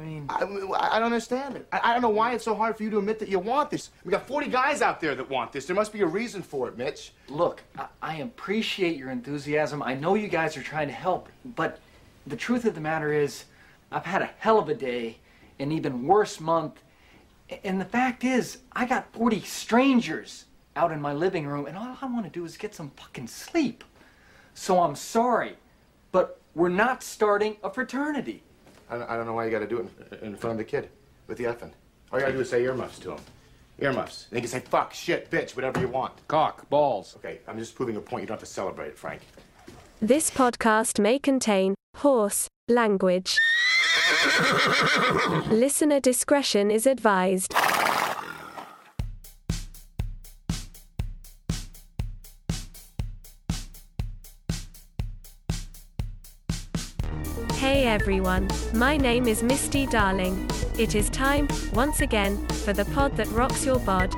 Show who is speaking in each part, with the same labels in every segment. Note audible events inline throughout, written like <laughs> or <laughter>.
Speaker 1: mean,
Speaker 2: I, I don't understand it. I, I don't know why it's so hard for you to admit that you want this. We got 40 guys out there that want this. There must be a reason for it, Mitch.
Speaker 1: look, I, I appreciate your enthusiasm. I know you guys are trying to help, but the truth of the matter is, I've had a hell of a day, an even worse month, a- and the fact is, I got 40 strangers out in my living room, and all I want to do is get some fucking sleep. So I'm sorry, but we're not starting a fraternity.
Speaker 2: I don't, I don't know why you got to do it in, in front of the kid with the effing. All you got to do is say earmuffs to him. Earmuffs. And he can say fuck, shit, bitch, whatever you want.
Speaker 3: Cock, balls.
Speaker 2: Okay, I'm just proving a point. You don't have to celebrate it, Frank.
Speaker 4: This podcast may contain horse language. Listener discretion is advised. Hey everyone, my name is Misty Darling. It is time, once again, for the pod that rocks your bod.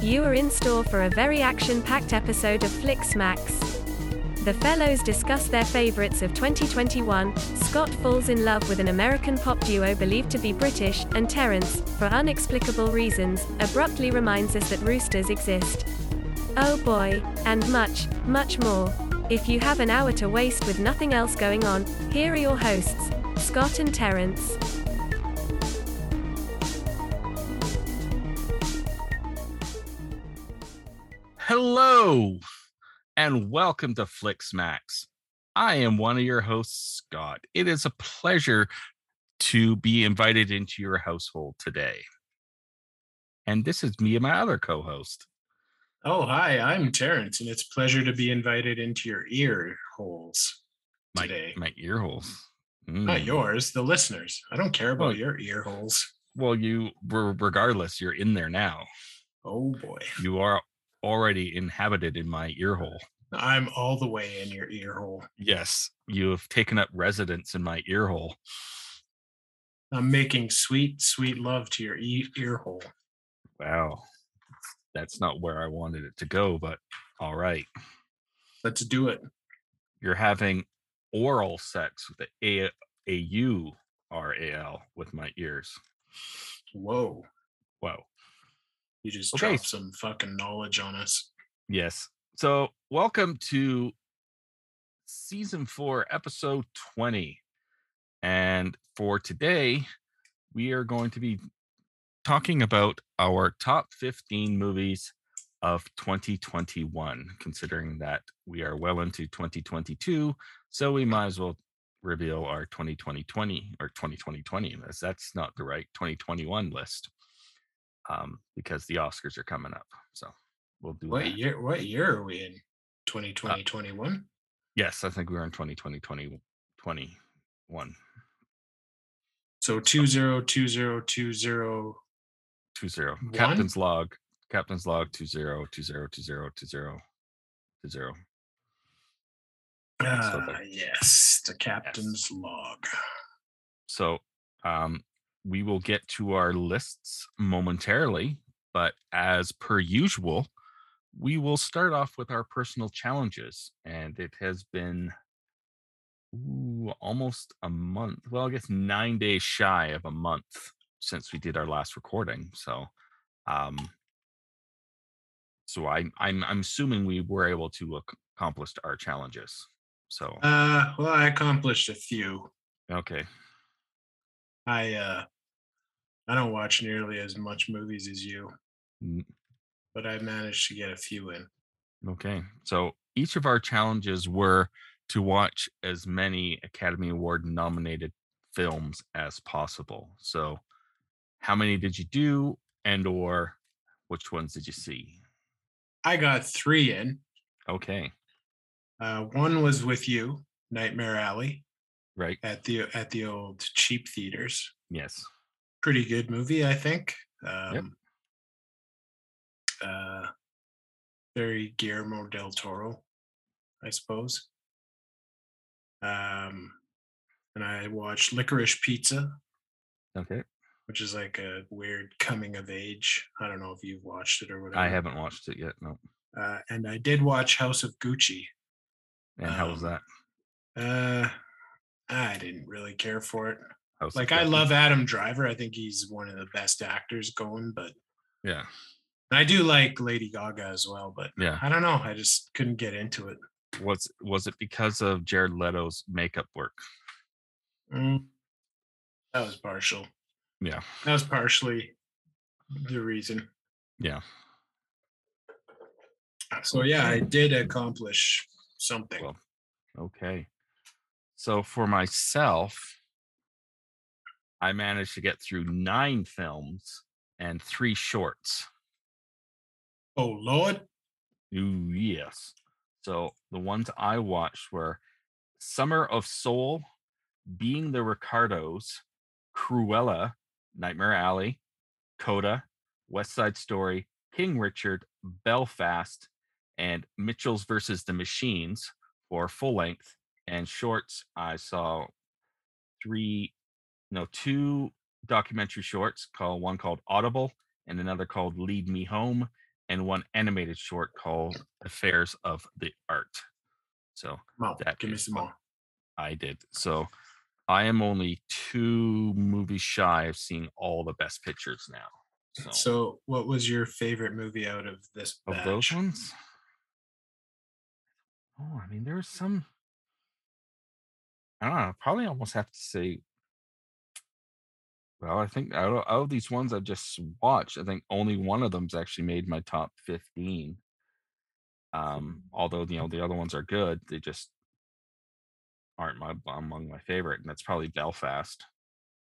Speaker 4: You are in store for a very action packed episode of Flick Smacks. The fellows discuss their favorites of 2021. Scott falls in love with an American pop duo believed to be British, and Terence, for unexplicable reasons, abruptly reminds us that roosters exist. Oh boy, and much, much more. If you have an hour to waste with nothing else going on, here are your hosts, Scott and Terence.
Speaker 5: Hello and welcome to Flick Smacks. I am one of your hosts, Scott. It is a pleasure to be invited into your household today. And this is me and my other co host.
Speaker 6: Oh, hi, I'm Terrence, and it's a pleasure to be invited into your ear holes
Speaker 5: My,
Speaker 6: today.
Speaker 5: my ear holes.
Speaker 6: Not
Speaker 5: Mm.
Speaker 6: yours, the listeners. I don't care
Speaker 5: Well-
Speaker 6: about your ear holes.
Speaker 5: Well, you were regardless, you're in there now.
Speaker 6: Oh boy.
Speaker 5: You are already inhabited in my ear hole.
Speaker 6: I'm all the way in your ear hole.
Speaker 5: Yes, you have taken up residence in my ear hole.
Speaker 6: I'm making sweet, sweet love to your e- ear hole.
Speaker 5: Wow. That's not where I wanted it to go, but all right.
Speaker 6: Let's do it.
Speaker 5: you're having oral sex with the a a u r a l with my ears.
Speaker 6: Whoa.
Speaker 5: Wow.
Speaker 6: You just
Speaker 5: Okay.
Speaker 6: dropped some fucking knowledge on us.
Speaker 5: Yes. So welcome to season four, episode twenty, and for today we are going to be talking about our top fifteen movies of 2021 considering that we are well into 2022 so we might as well reveal our 2020 or 2020 list that's not the right 2021 list um, because the oscars are coming up so we'll do
Speaker 6: What Uh
Speaker 5: that.
Speaker 6: year what year are we in? 2020, 21?
Speaker 5: Yes, I think we were in 2020, 20, 21,
Speaker 6: So 202020
Speaker 5: 20.
Speaker 6: One?
Speaker 5: Captain's log, captain's log 20, 20, 20, 20, 20. That's what
Speaker 6: Ah,
Speaker 5: the-
Speaker 6: yes, the captain's log.
Speaker 5: So um, we will get to our lists momentarily, but as per usual, we will start off with our personal challenges. And it has been ooh, almost a month. Well, I guess nine days shy of a month since we did our last recording. So, um, so I, I'm I'm assuming we were able to ac- accomplish our challenges. So
Speaker 6: Uh, well, I accomplished a few.
Speaker 5: okay,
Speaker 6: I uh I don't watch nearly as much movies as you,
Speaker 5: N-
Speaker 6: but I managed to get a few in.
Speaker 5: Okay. So each of our challenges were to watch as many Academy Award nominated films as possible. So how many did you do and or which ones did you see?
Speaker 6: I got three in.
Speaker 5: Okay.
Speaker 6: Uh, one was with you, Nightmare Alley,
Speaker 5: Right.
Speaker 6: at the at the old cheap theaters.
Speaker 5: Yes.
Speaker 6: Pretty good movie, I think. Um, uh, very Guillermo del Toro, I suppose. Um, and I watched Licorice Pizza,
Speaker 5: Okay.
Speaker 6: which is like a weird coming of age. I don't know if you've watched it or whatever.
Speaker 5: I haven't watched it yet. No.
Speaker 6: Uh, and I did watch House of Gucci.
Speaker 5: And how was
Speaker 6: Um,
Speaker 5: that?
Speaker 6: Uh, I didn't really care for it.
Speaker 5: House of
Speaker 6: Like I
Speaker 5: Gucci.
Speaker 6: love Adam Driver. I think he's one of the best actors going, but
Speaker 5: Yeah,
Speaker 6: and I do like Lady Gaga as well, but
Speaker 5: yeah.
Speaker 6: I don't know. I just couldn't get into it.
Speaker 5: Was was it because of Jared Leto's makeup work?
Speaker 6: Mm. That was partial.
Speaker 5: Yeah,
Speaker 6: That was partially the reason.
Speaker 5: yeah.
Speaker 6: So yeah, I did accomplish something.
Speaker 5: Well, Okay. So for myself, I managed to get through nine films and three shorts.
Speaker 6: oh Lord.
Speaker 5: Ooh, yes. So the ones I watched were Summer of Soul, Being the Ricardos, Cruella, Nightmare Alley, Coda, West Side Story, King Richard, Belfast, and Mitchell's versus the Machines for full length and shorts. I saw three, no, two documentary shorts called one called Audible and another called Lead Me Home and one animated short called Affairs of the Art. So
Speaker 6: Come on,
Speaker 5: That
Speaker 6: give me
Speaker 5: is
Speaker 6: some
Speaker 5: fun.
Speaker 6: more.
Speaker 5: I did. So I am only two movies shy of seeing all the best pictures now. So,
Speaker 6: So what was your favorite movie out of this
Speaker 5: of
Speaker 6: batch?
Speaker 5: those ones, oh, I mean, there was some. I don't know. Probably almost have to say. Well, I think out of, out of these ones I've just watched, I think only one of them's actually made my top fifteen. Um,
Speaker 6: Hmm.
Speaker 5: although you know the other ones are good, they just aren't my among my favorite, and that's probably Belfast.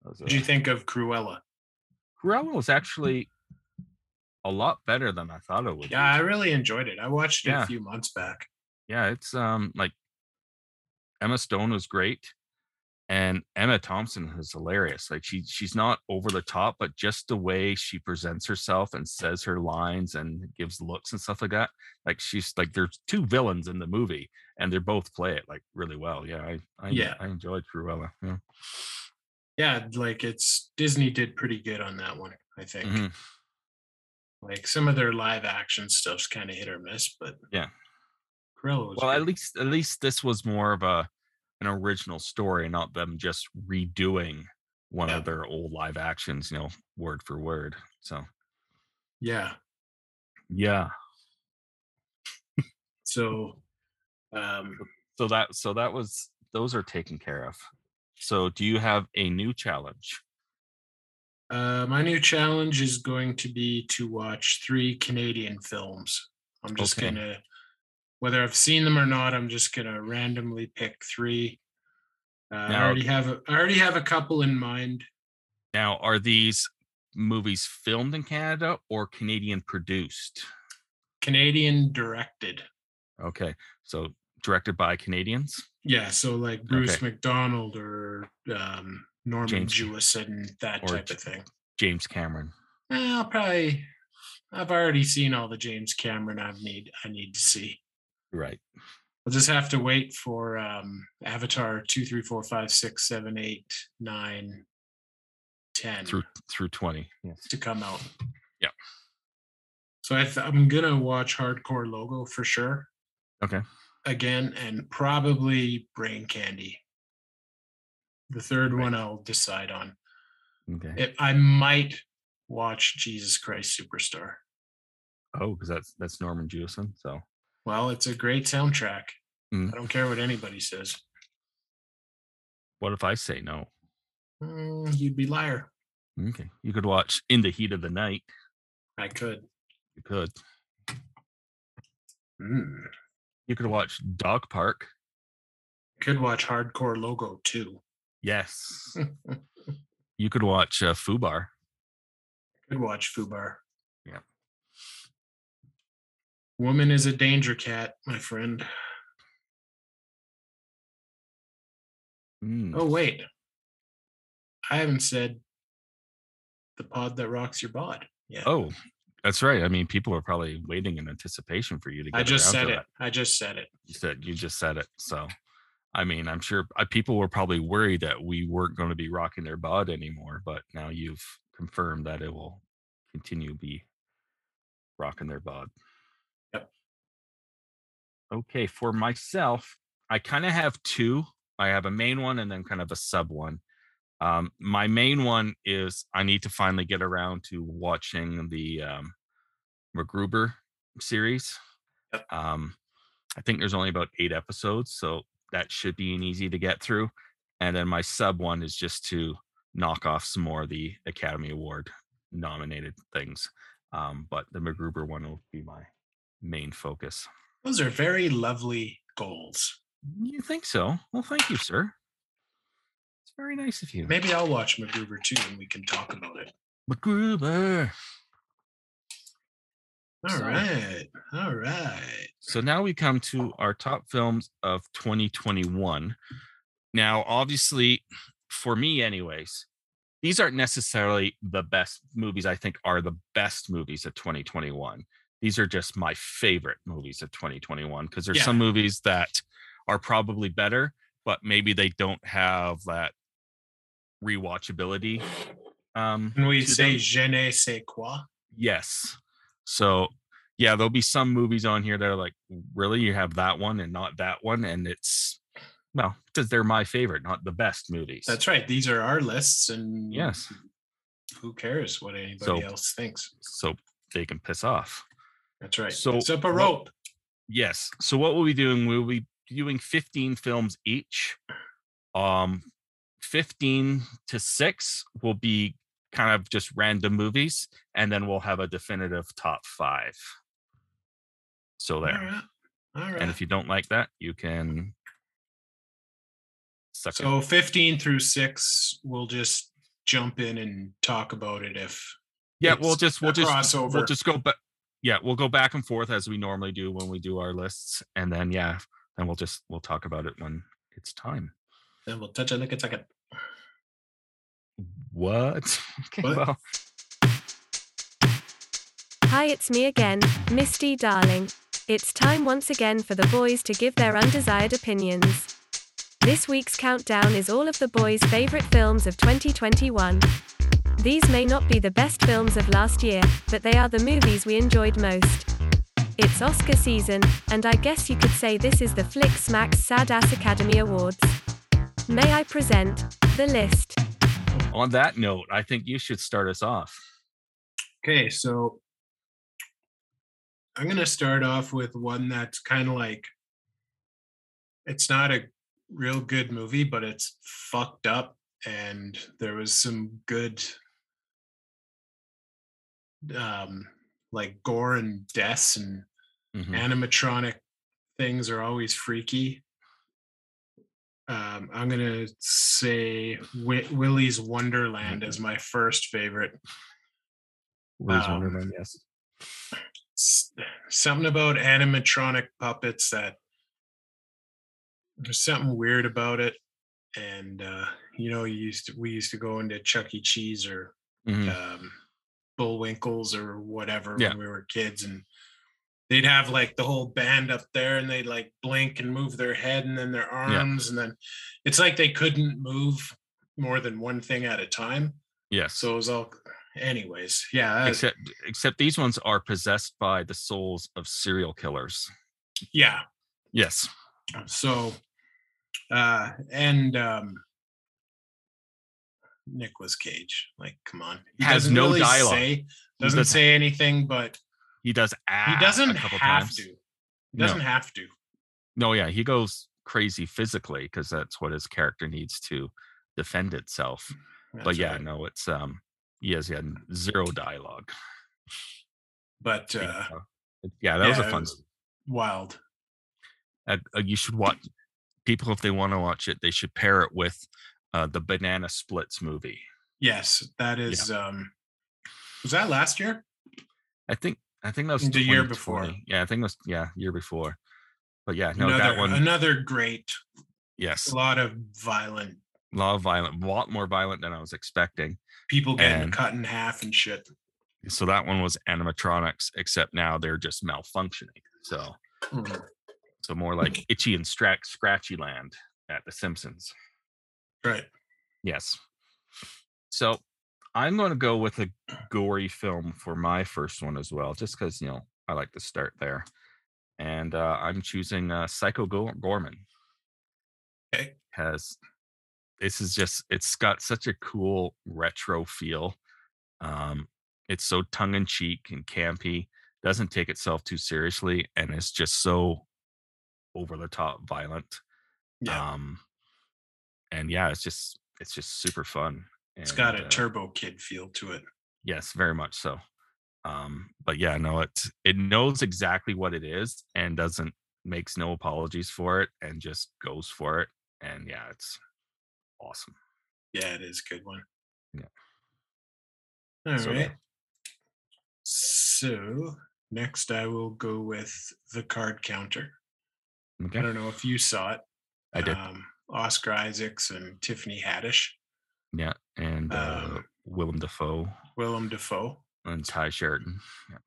Speaker 5: That was
Speaker 6: What do you
Speaker 5: a-
Speaker 6: think Hmm. of Cruella?
Speaker 5: Cruella was actually a lot better than I thought it would.
Speaker 6: Yeah,
Speaker 5: be.
Speaker 6: I really enjoyed it. I watched it
Speaker 5: Yeah.
Speaker 6: a few months back.
Speaker 5: yeah, it's um like Emma Stone was great, and Emma Thompson is hilarious. Like she she's not over the top, but just the way she presents herself and says her lines and gives looks and stuff like that. Like she's like there's two villains in the movie, and they are both play it like really well. Yeah, I I,
Speaker 6: Yeah.
Speaker 5: I enjoyed Cruella. Yeah.
Speaker 6: Yeah, like it's Disney did pretty good on that one, I think.
Speaker 5: Mhm.
Speaker 6: Like some of their live action stuff's kind of hit or miss, but
Speaker 5: Yeah.
Speaker 6: Cruella was
Speaker 5: Well, at
Speaker 6: good.
Speaker 5: least at least this was more of a an original story, not them just redoing one
Speaker 6: Yeah.
Speaker 5: of their old live actions, you know, word for word. So
Speaker 6: yeah.
Speaker 5: yeah.
Speaker 6: So um
Speaker 5: so that so that was those are taken care of so do you have a new challenge
Speaker 6: Uh, my new challenge is going to be to watch three Canadian films. I'm just
Speaker 5: Okay.
Speaker 6: gonna, whether I've seen them or not, I'm just gonna randomly pick three. Uh, I
Speaker 5: Now-
Speaker 6: already have a, I already have a couple in mind.
Speaker 5: now are these movies filmed in canada or canadian produced
Speaker 6: Canadian directed.
Speaker 5: okay so directed by canadians
Speaker 6: Yeah, so like Bruce
Speaker 5: Okay.
Speaker 6: McDonald or um, Norman
Speaker 5: James-
Speaker 6: Jewison, that
Speaker 5: or
Speaker 6: type
Speaker 5: J-
Speaker 6: of thing.
Speaker 5: james cameron
Speaker 6: Eh, I'll probably. I've already seen all the James Cameron I need. I need to see.
Speaker 5: right
Speaker 6: I'll just have to wait for um, Avatar two, three, four, five, six, seven, eight, nine, ten
Speaker 5: through through 20 yes
Speaker 6: to come out.
Speaker 5: Yeah.
Speaker 6: So I th- I'm gonna watch Hardcore Logo for sure.
Speaker 5: Okay.
Speaker 6: Again, and probably Brain Candy. The third one I'll decide on.
Speaker 5: okay
Speaker 6: It, I might watch Jesus Christ Superstar.
Speaker 5: oh because that's that's norman jewison so
Speaker 6: Well, it's a great soundtrack.
Speaker 5: Mm.
Speaker 6: I don't care what anybody says.
Speaker 5: what if i say no
Speaker 6: Mm, you'd be liar.
Speaker 5: okay you could watch in the heat of the night
Speaker 6: I could.
Speaker 5: you could
Speaker 6: Mm.
Speaker 5: you could watch dog park
Speaker 6: Could watch Hardcore Logo too.
Speaker 5: <laughs> yes
Speaker 6: Could
Speaker 5: you could watch uh, fubar
Speaker 6: watch Fubar.
Speaker 5: Yeah.
Speaker 6: Woman is a danger cat, my friend.
Speaker 5: Mm. Hmm.
Speaker 6: Oh wait, I haven't said the pod that rocks your bod. Yeah.
Speaker 5: Oh, that's right. I mean, people are probably waiting in anticipation for you to. Get
Speaker 6: I just
Speaker 5: around
Speaker 6: said
Speaker 5: to
Speaker 6: it.
Speaker 5: that.
Speaker 6: I just said it.
Speaker 5: You said you just said it. So, I mean, I'm sure uh, people were probably worried that we weren't going to be rocking their bod anymore, but now you've confirmed that it will continue to be rocking their bod.
Speaker 6: Yep.
Speaker 5: Okay, for myself, I kind of have two. I have a main one and then kind of a sub one. Um, my main one is I need to finally get around to watching the um, MacGruber series.
Speaker 6: Yep.
Speaker 5: Um, I think there's only about eight episodes, so that should be an easy to get through. And then my sub one is just to knock off some more of the Academy Award nominated things. Um, but the MacGruber one will be my main focus.
Speaker 6: Those are very lovely goals.
Speaker 5: You think so? Well, thank you, sir. It's very nice of you.
Speaker 6: Maybe I'll watch MacGruber too, and we can talk about it.
Speaker 5: MacGruber.
Speaker 6: All
Speaker 5: So-
Speaker 6: right, all right.
Speaker 5: So now we come to our top films of 2021. Now, obviously, for me, anyways, these aren't necessarily the best movies I think are the best movies of 2021. These are just my favorite movies of 2021 because there's
Speaker 6: Yeah.
Speaker 5: some movies that are probably better, but maybe they don't have that rewatchability. Um,
Speaker 6: Can we
Speaker 5: to
Speaker 6: say
Speaker 5: them.
Speaker 6: je ne sais quoi?
Speaker 5: Yes. So yeah, there'll be some movies on here that are like, really, you have that one and not that one, and it's well, because they're my favorite, not the best movies.
Speaker 6: That's right. These are our lists, and
Speaker 5: yes.
Speaker 6: who cares what anybody
Speaker 5: So-
Speaker 6: else thinks?
Speaker 5: So they can piss off.
Speaker 6: That's right.
Speaker 5: So
Speaker 6: it's up a
Speaker 5: what-
Speaker 6: rope.
Speaker 5: Yes. So what we'll be doing, we'll be doing 15 films each. Um 15 to 6 will be kind of just random movies, and then we'll have a definitive top five. So
Speaker 6: All
Speaker 5: there.
Speaker 6: right. All right.
Speaker 5: And if you don't like that, you can suck it.
Speaker 6: so 15 through 6, we'll just jump in and talk about it if
Speaker 5: Yeah, we'll
Speaker 6: it's
Speaker 5: just
Speaker 6: a
Speaker 5: we'll just we'll
Speaker 6: crossover.
Speaker 5: just go back. Yeah, we'll go back and forth as we normally do when we do our lists, and then yeah, then we'll just we'll talk about it when it's time.
Speaker 6: then we'll touch a look at second.
Speaker 5: What? <laughs> Okay,
Speaker 6: What?
Speaker 5: well,
Speaker 4: Hi, it's me again, Misty Darling. It's time once again for the boys to give their undesired opinions. This week's countdown is all of the boys' favorite films of 2021. These may not be the best films of last year, but they are the movies we enjoyed most. It's Oscar season, and I guess you could say this is the Flick Smack's Sad Ass Academy Awards. May I present the list?
Speaker 5: on that note, I think you should start us off.
Speaker 6: Okay, so I'm going to start off with one that's kind of like it's not a real good movie, but it's fucked up and there was some good um like gore and deaths and
Speaker 5: Mhm.
Speaker 6: animatronic things are always freaky. Um, I'm gonna say Wi- Willy's Wonderland is my first favorite.
Speaker 5: Willy's
Speaker 6: um,
Speaker 5: Wonderland, yes.
Speaker 6: s- something about animatronic puppets that there's something weird about it and uh you know you used to, we used to go into chuck e cheese or
Speaker 5: Mhm.
Speaker 6: um bullwinkles or whatever
Speaker 5: Yeah.
Speaker 6: when we were kids and they'd have like the whole band up there and they'd like blink and move their head and then their arms and then it's like they couldn't move more than one thing at a time
Speaker 5: Yes.
Speaker 6: so uh, it was all anyways yeah that-
Speaker 5: except except these ones are possessed by the souls of serial killers.
Speaker 6: yeah
Speaker 5: Yes.
Speaker 6: So, uh, and um, Nicolas Cage, like, come on, he
Speaker 5: Has
Speaker 6: doesn't
Speaker 5: no dialogue.
Speaker 6: Say, doesn't
Speaker 5: doesn't-
Speaker 6: say anything, but
Speaker 5: He does ah
Speaker 6: he doesn't
Speaker 5: a couple
Speaker 6: have
Speaker 5: times.
Speaker 6: to. He doesn't have to.
Speaker 5: No, yeah, he goes crazy physically because that's what his character needs to defend itself. but
Speaker 6: That's
Speaker 5: yeah,
Speaker 6: right.
Speaker 5: no, it's um, he has he had zero dialogue.
Speaker 6: but
Speaker 5: Yeah,
Speaker 6: uh,
Speaker 5: yeah that was a
Speaker 6: yeah,
Speaker 5: fun.
Speaker 6: it was wild.
Speaker 5: Uh, uh, you should watch. People, if they want to watch it, they should pair it with uh, the Banana Splits movie.
Speaker 6: Yes, that is. um Was that last year?
Speaker 5: I think I think that was
Speaker 6: The year before.
Speaker 5: 2020. Yeah, I think it was yeah year before. But yeah, no,
Speaker 6: another
Speaker 5: that one.
Speaker 6: another great.
Speaker 5: yes,
Speaker 6: A lot of violent
Speaker 5: a lot of violent, a lot more violent than I was expecting.
Speaker 6: people getting
Speaker 5: And-
Speaker 6: cut in half and shit.
Speaker 5: So that one was animatronics, except now they're just malfunctioning. So. Mm-hmm. So more like itchy and stra- scratchy land at the Simpsons.
Speaker 6: Right.
Speaker 5: Yes. So I'm going to go with a gory film for my first one as well, just because, you know, I like to start there. And uh, I'm choosing uh, Psycho Gor- Gorman.
Speaker 6: Okay.
Speaker 5: Because this is just it's got such a cool retro feel. Um, it's so tongue in cheek and campy, doesn't take itself too seriously, and it's just so over the top violent.
Speaker 6: Yeah.
Speaker 5: Um, and yeah, it's just it's just super fun.
Speaker 6: it's got
Speaker 5: And,
Speaker 6: a
Speaker 5: uh,
Speaker 6: Turbo Kid feel to it.
Speaker 5: Yes, very much so. Um, but yeah, no, it it knows exactly what it is and doesn't makes no apologies for it and just goes for it. And yeah, it's awesome.
Speaker 6: Yeah, it is a good one.
Speaker 5: Yeah.
Speaker 6: All right.
Speaker 5: So,
Speaker 6: so,
Speaker 5: yeah.
Speaker 6: next I will go with the card counter. I
Speaker 5: Okay.
Speaker 6: don't know if you saw it.
Speaker 5: I did.
Speaker 6: Um, Oscar Isaacs and Tiffany Haddish,
Speaker 5: Yeah. And uh,
Speaker 6: um,
Speaker 5: Willem Dafoe
Speaker 6: Willem Dafoe.
Speaker 5: and Ty Sheridan. Yeah.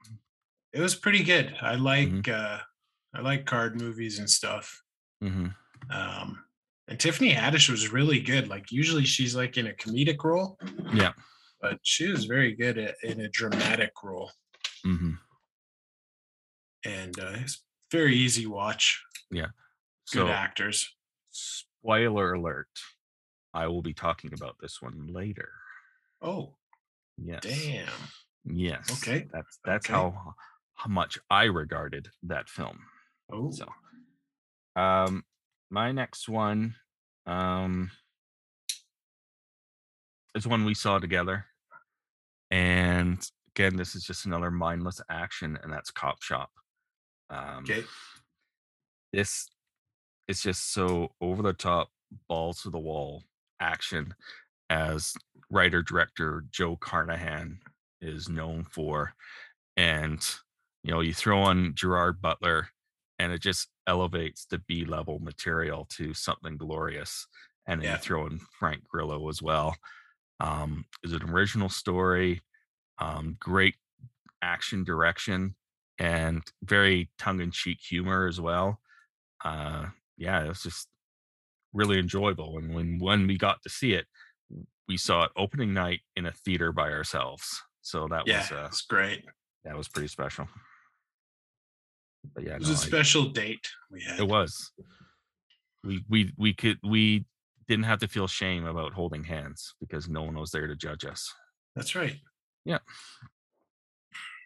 Speaker 6: It was pretty good. I
Speaker 5: Mm-hmm.
Speaker 6: like uh, I like card movies and stuff.
Speaker 5: Mm-hmm.
Speaker 6: Um, and Tiffany Haddish was really good. Like usually she's like in a comedic role.
Speaker 5: Yeah.
Speaker 6: But she was very good at, in a dramatic role,
Speaker 5: Mm-hmm.
Speaker 6: and uh, it's very easy watch. Good
Speaker 5: So
Speaker 6: actors.
Speaker 5: spoiler alert. I will be talking about this one later.
Speaker 6: Oh
Speaker 5: Yes.
Speaker 6: damn!
Speaker 5: Yes.
Speaker 6: Okay.
Speaker 5: That's that's
Speaker 6: Okay.
Speaker 5: how how much I regarded that film.
Speaker 6: Oh,
Speaker 5: So, um, my next one, um, is one we saw together, and again, this is just another mindless action, and that's Cop Shop. Um,
Speaker 6: okay.
Speaker 5: this it's just so over the top balls to the wall action as writer director joe carnahan is known for and you know you throw on gerard butler and it just elevates the b level material to something glorious and then
Speaker 6: Yeah.
Speaker 5: you throw in frank grillo as well um is an original story um great action direction and very tongue-in-cheek humor as well uh yeah it was just really enjoyable and when when we got to see it we saw it opening night in a theater by ourselves so that
Speaker 6: Yeah,
Speaker 5: was uh
Speaker 6: it's great.
Speaker 5: that was pretty special but yeah
Speaker 6: It was
Speaker 5: no,
Speaker 6: a
Speaker 5: I-
Speaker 6: special date we had.
Speaker 5: it was we we we could we didn't have to feel shame about holding hands because no one was there to judge us
Speaker 6: That's right.
Speaker 5: Yeah.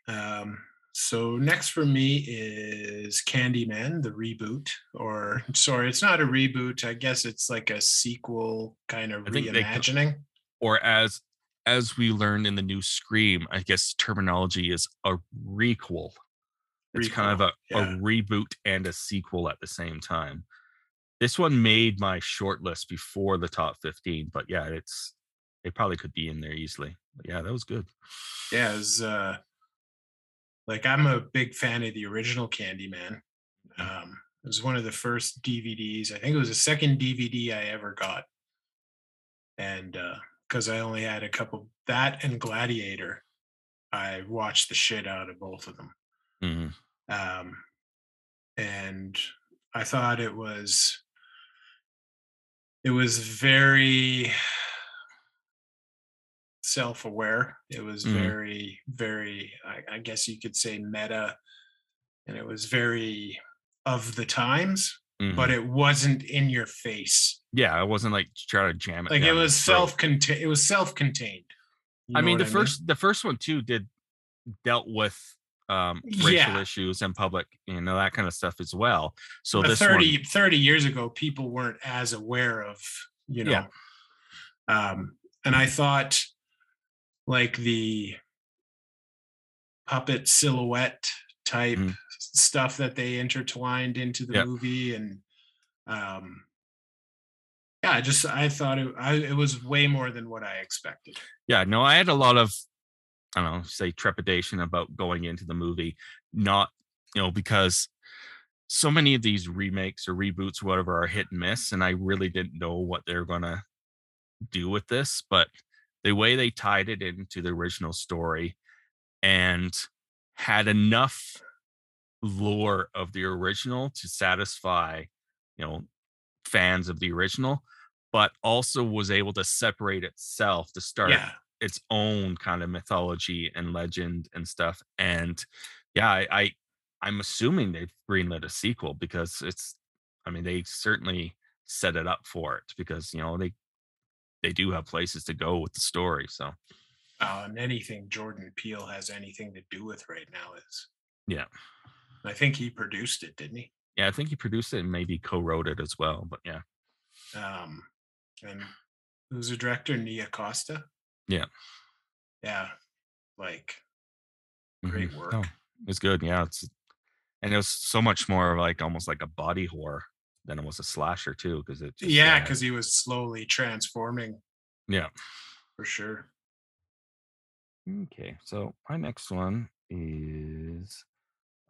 Speaker 6: Um, so next for me is Candyman, the reboot, or <laughs> sorry, it's not a reboot. I guess it's like a sequel kind of
Speaker 5: I think they-
Speaker 6: reimagining.
Speaker 5: or as as we learned in the new Scream, I guess terminology is a requel. It's kind of a,
Speaker 6: yeah.
Speaker 5: a reboot and a sequel at the same time. This one made my short list before the top 15, but yeah, it's it probably could be in there easily. But yeah, that was good.
Speaker 6: yeah, it's uh, like I'm a big fan of the original Candyman. Um, it was one of the first DVDs. I think it was the second DVD I ever got, and because I only had a couple that and Gladiator, I watched the shit out of both of them.
Speaker 5: Mhm.
Speaker 6: um, and I thought it was it was very self-aware. It was
Speaker 5: Mhm.
Speaker 6: very, very, I, I guess you could say meta, and it was very of the times,
Speaker 5: Mhm.
Speaker 6: but it wasn't in your face.
Speaker 5: yeah, I wasn't like trying to jam it.
Speaker 6: Like
Speaker 5: down
Speaker 6: it
Speaker 5: your
Speaker 6: was
Speaker 5: throat.
Speaker 6: self-contained. It was self-contained. You
Speaker 5: I
Speaker 6: know
Speaker 5: mean,
Speaker 6: what
Speaker 5: the first the first one too did dealt with um racial
Speaker 6: Yeah.
Speaker 5: issues and public, you know, that kind of stuff as well. So
Speaker 6: but
Speaker 5: this
Speaker 6: 30
Speaker 5: one,
Speaker 6: 30 years ago people weren't as aware of you know
Speaker 5: Yeah.
Speaker 6: um and i thought like the puppet silhouette type
Speaker 5: Mhm.
Speaker 6: stuff that they intertwined into the
Speaker 5: Yeah.
Speaker 6: movie and um yeah i just i thought it, I, it was way more than what i expected
Speaker 5: yeah no i had a lot of i don't know say trepidation about going into the movie not you know because so many of these remakes or reboots whatever are hit and miss and i really didn't know what they're gonna do with this but the way they tied it into the original story and had enough lore of the original to satisfy you know fans of the original but also was able to separate itself to start
Speaker 6: yeah
Speaker 5: its own kind of mythology and legend and stuff. And yeah, I, I I'm assuming they've greenlit a sequel because it's I mean they certainly set it up for it because you know they they do have places to go with the story. So
Speaker 6: Uh, and anything Jordan Peele has anything to do with right now is.
Speaker 5: Yeah.
Speaker 6: I think he produced it, didn't he?
Speaker 5: yeah, I think he produced it and maybe co-wrote it as well. But yeah,
Speaker 6: Um, and who's the director? Nia Costa.
Speaker 5: Yeah.
Speaker 6: Yeah. Like
Speaker 5: Mhm.
Speaker 6: great work.
Speaker 5: No, it's good. Yeah, it's and it was so much more of like almost like a body horror than it was a slasher too, because it just,
Speaker 6: yeah,
Speaker 5: uh,
Speaker 6: because he was slowly transforming
Speaker 5: yeah.
Speaker 6: for sure.
Speaker 5: Okay, so my next one is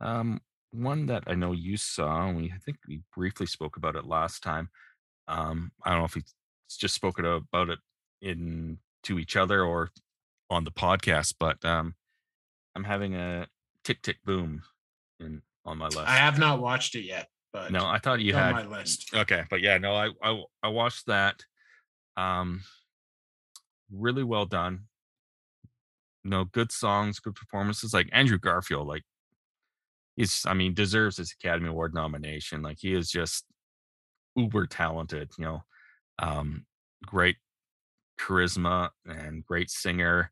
Speaker 5: um one that I know you saw, and we I think we briefly spoke about it last time. Um, I don't know if we s- just spoke it o- about it in to each other or on the podcast, but um, I'm having a tick tick boom in on my list.
Speaker 6: I have not watched it yet, but
Speaker 5: no, I thought you
Speaker 6: it's
Speaker 5: had
Speaker 6: on my list.
Speaker 5: okay but yeah no I, I i watched that um really well done no good songs good performances like andrew garfield like he's i mean deserves his academy award nomination like he is just uber talented you know um great charisma and great singer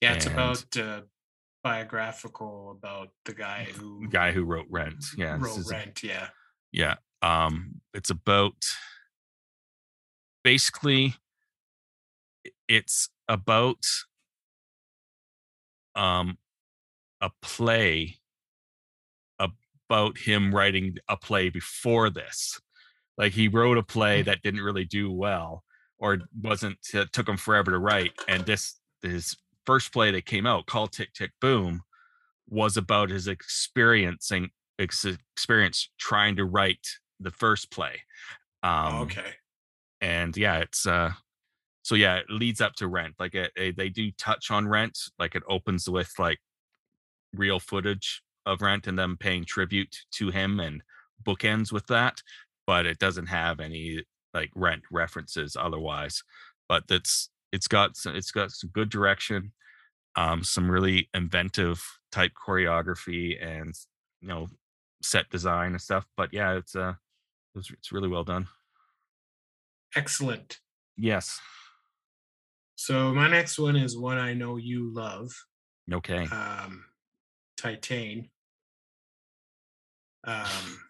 Speaker 6: Yeah, it's
Speaker 5: and-
Speaker 6: about uh, biographical about the guy who
Speaker 5: guy who wrote rent yeah this
Speaker 6: wrote
Speaker 5: is a-
Speaker 6: Rent. Yeah,
Speaker 5: Yeah. Um, it's about basically i- it's about um a play about him writing a play before this. Like he wrote a
Speaker 6: Mm.
Speaker 5: play that didn't really do well or wasn't uh, took him forever to write. And this his first play that came out called Tick Tick Boom was about his experiencing ex- experience trying to write the first play. Um,
Speaker 6: Oh, okay.
Speaker 5: and yeah, it's uh, so yeah, it leads up to Rent. Like it, it- they do touch on Rent. Like it opens with like real footage of Rent and them paying tribute to him and bookends with that, but it doesn't have any like Rent references otherwise. But that's it's got some, it's got some good direction, um, some really inventive type choreography and you know set design and stuff. But yeah, it's uh, it's, it's really well done.
Speaker 6: Excellent.
Speaker 5: Yes.
Speaker 6: So my next one is one I know you love,
Speaker 5: Okay.
Speaker 6: um, Titan. Um,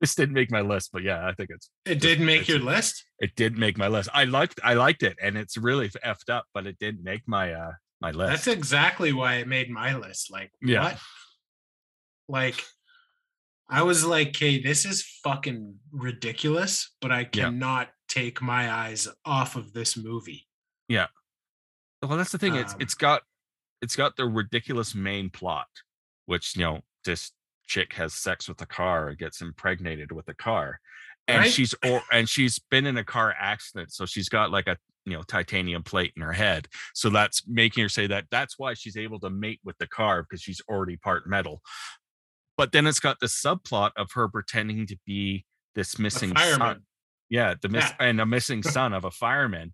Speaker 5: This didn't make my list, but yeah, I think it's
Speaker 6: it did make
Speaker 5: it's-
Speaker 6: your list.
Speaker 5: it did make my list. I liked I liked it, and it's really effed up, but it did make my uh my list.
Speaker 6: That's exactly why it made my list. Like
Speaker 5: Yeah.
Speaker 6: what? Like I was like, "Hey, this is fucking ridiculous," but I
Speaker 5: Yeah.
Speaker 6: cannot take my eyes off of this movie.
Speaker 5: Well, that's the thing. It's
Speaker 6: Um,
Speaker 5: it's got it's got the ridiculous main plot, which you know this chick has sex with a car, gets impregnated with a car, and
Speaker 6: Right?
Speaker 5: she's or and she's been in a car accident, so she's got like a you know titanium plate in her head. So that's making her say that that's why she's able to mate with the car because she's already part metal. But then it's got the subplot of her pretending to be this missing son
Speaker 6: fireman.
Speaker 5: yeah the miss
Speaker 6: Yeah.
Speaker 5: and a
Speaker 6: <laughs>
Speaker 5: missing son of a fireman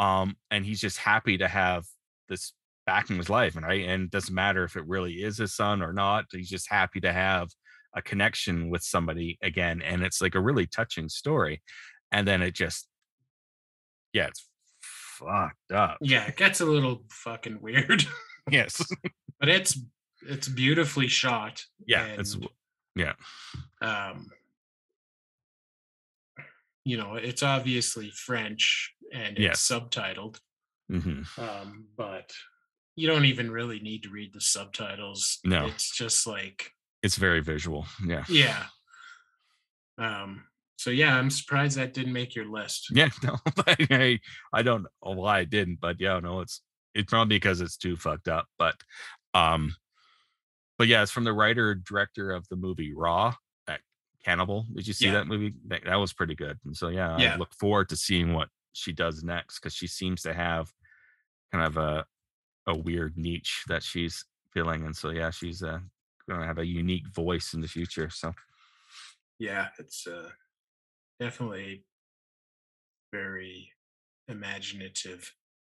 Speaker 5: um and he's just happy to have this back in his life and right and it doesn't matter if it really is his son or not he's just happy to have a connection with somebody again and it's like a really touching story and then it just yeah it's fucked
Speaker 6: <laughs>
Speaker 5: up
Speaker 6: Yeah, it gets a little fucking weird, <laughs>
Speaker 5: yes <laughs>
Speaker 6: but it's it's beautifully shot.
Speaker 5: yeah it's
Speaker 6: and,
Speaker 5: yeah.
Speaker 6: Um, you know, it's obviously French and it's
Speaker 5: Yes.
Speaker 6: subtitled,
Speaker 5: mhm.
Speaker 6: um, but you don't even really need to read the subtitles.
Speaker 5: No.
Speaker 6: it's just like
Speaker 5: it's very visual yeah
Speaker 6: yeah. Um. So yeah, I'm surprised that didn't make your list.
Speaker 5: Yeah, <laughs> no, I, I don't know why I didn't, but yeah, no, it's it's probably because it's too fucked up. But um but yeah, it's from the writer and director of the movie Raw, that cannibal. Did you see
Speaker 6: Yeah.
Speaker 5: that movie? That, that was pretty good. And so yeah, I
Speaker 6: Yeah.
Speaker 5: look forward to seeing what she does next because she seems to have kind of a a weird niche that she's filling. And so yeah, she's uh gonna have a unique voice in the future. So
Speaker 6: Yeah, it's uh, definitely very imaginative.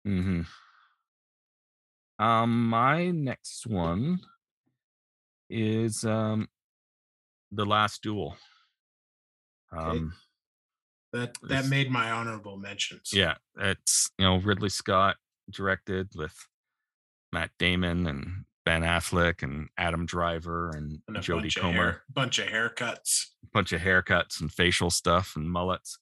Speaker 5: Mm-hmm. Um, my next one is um, the last duel. Um,
Speaker 6: That that
Speaker 5: It's-
Speaker 6: made my honorable mentions.
Speaker 5: Yeah, it's you know Ridley Scott directed with Matt Damon and Ben Affleck and Adam Driver and,
Speaker 6: And a
Speaker 5: Jodie
Speaker 6: bunch of,
Speaker 5: Comer,
Speaker 6: hair, bunch of haircuts.
Speaker 5: bunch of haircuts and facial stuff and mullets.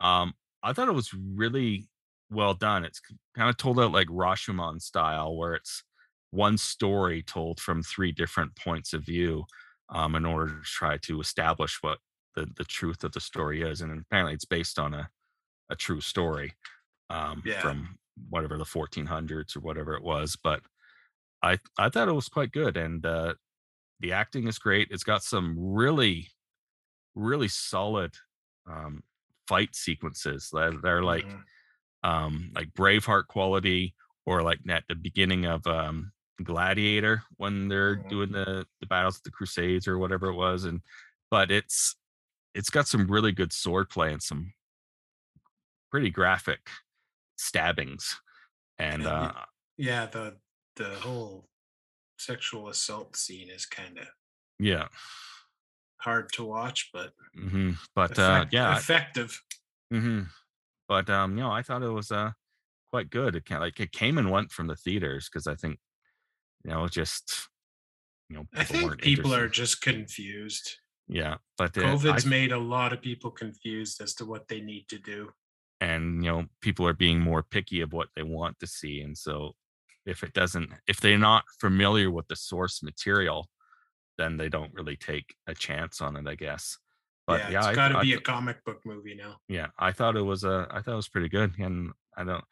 Speaker 5: Um, I thought it was really well done. It's kind of told out like Rashomon style, where it's one story told from three different points of view, um, in order to try to establish what the the truth of the story is. And apparently, it's based on a a true story um,
Speaker 6: Yeah.
Speaker 5: from whatever the 1400s or whatever it was. But I I thought it was quite good, and uh, the acting is great. It's got some really really solid um, fight sequences that that are like
Speaker 6: Mhm.
Speaker 5: um like Braveheart quality or like at the beginning of um Gladiator when they're
Speaker 6: Mhm.
Speaker 5: doing the the battles of the Crusades or whatever it was and but it's it's got some really good swordplay and some pretty graphic stabbings and
Speaker 6: Yeah,
Speaker 5: uh
Speaker 6: we- yeah, the the whole sexual assault scene is kind of
Speaker 5: yeah
Speaker 6: hard to watch, but
Speaker 5: hmm but uh
Speaker 6: effect-
Speaker 5: yeah
Speaker 6: effective.
Speaker 5: hmm But um, you know, I thought it was uh quite good. It kind like it came and went from the theaters because I think you know just you know
Speaker 6: I think
Speaker 5: weren't
Speaker 6: people are
Speaker 5: interested.
Speaker 6: just confused.
Speaker 5: yeah, but uh,
Speaker 6: COVID's
Speaker 5: I-
Speaker 6: made a lot of people confused as to what they need to do.
Speaker 5: and you know people are being more picky of what they want to see, and so if it doesn't if they're not familiar with the source material, then they don't really take a chance on it, I guess. But yeah,
Speaker 6: it's
Speaker 5: I-
Speaker 6: got to
Speaker 5: I
Speaker 6: be
Speaker 5: th-
Speaker 6: a comic book movie now.
Speaker 5: yeah i thought it was uh, I thought it was pretty good and i don't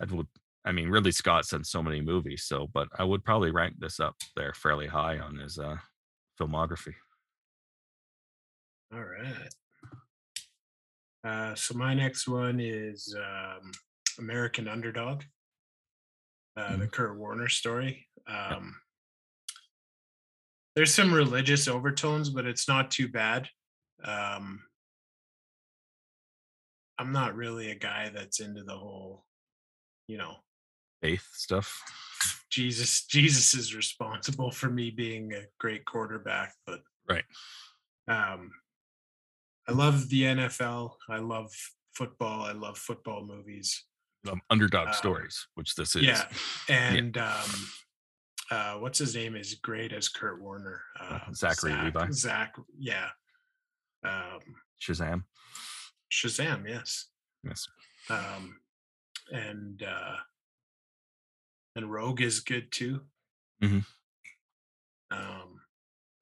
Speaker 5: i would i mean ridley scott's done so many movies so but i would probably rank this up there fairly high on his uh filmography
Speaker 6: All right. Uh, so my next one is um, American Underdog, uh, the Kurt Warner story. Um, there's some religious overtones, but it's not too bad. Um, I'm not really a guy that's into the whole, you know,
Speaker 5: faith stuff
Speaker 6: Jesus <laughs> Jesus is responsible for me being a great quarterback, but
Speaker 5: Right.
Speaker 6: Um I love the NFL. I love football. I love football movies.
Speaker 5: um, underdog
Speaker 6: Uh,
Speaker 5: stories which this is
Speaker 6: yeah, And um uh what's his name is great as Kurt Warner. Uh,
Speaker 5: Zachary Levi.
Speaker 6: Zach, yeah. Um
Speaker 5: shazam
Speaker 6: Shazam, yes.
Speaker 5: yes
Speaker 6: Um and uh and Rogue is good too.
Speaker 5: Mhm.
Speaker 6: Um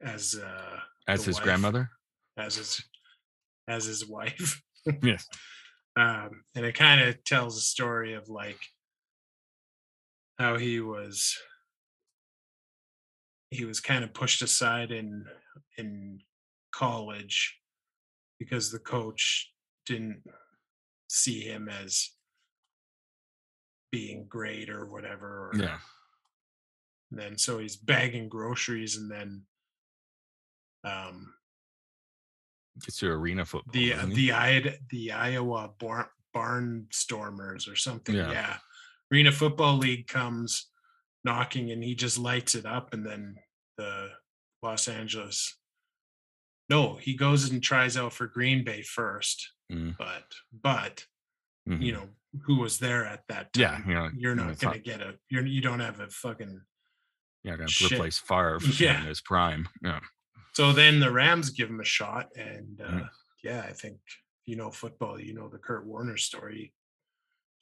Speaker 6: as uh
Speaker 5: as
Speaker 6: The
Speaker 5: his
Speaker 6: wife.
Speaker 5: grandmother
Speaker 6: as his as his <laughs> wife.
Speaker 5: yes
Speaker 6: Um, and it kind of tells a story of like how he was he was kind of pushed aside in in college because the coach didn't see him as being great or whatever or
Speaker 5: yeah
Speaker 6: and then so he's bagging groceries and then um
Speaker 5: gets to arena football
Speaker 6: the uh,
Speaker 5: doesn't he?
Speaker 6: the I the Iowa barn barnstormers or something.
Speaker 5: Yeah.
Speaker 6: Yeah. Arena Football League comes knocking and he just lights it up and then the Los Angeles No, he goes and tries out for Green Bay first.
Speaker 5: Mm.
Speaker 6: But but
Speaker 5: Mhm.
Speaker 6: you know who was there at that
Speaker 5: yeah
Speaker 6: time.
Speaker 5: you know
Speaker 6: You're
Speaker 5: no,
Speaker 6: not
Speaker 5: it's not-
Speaker 6: gonna get a you're you don't have a fucking
Speaker 5: yeah gonna
Speaker 6: shit.
Speaker 5: replace Favre
Speaker 6: <laughs> Yeah.
Speaker 5: in his prime yeah
Speaker 6: So then the Rams give him a shot, and uh,
Speaker 5: Mm.
Speaker 6: yeah, I think if you know football, you know the Kurt Warner story.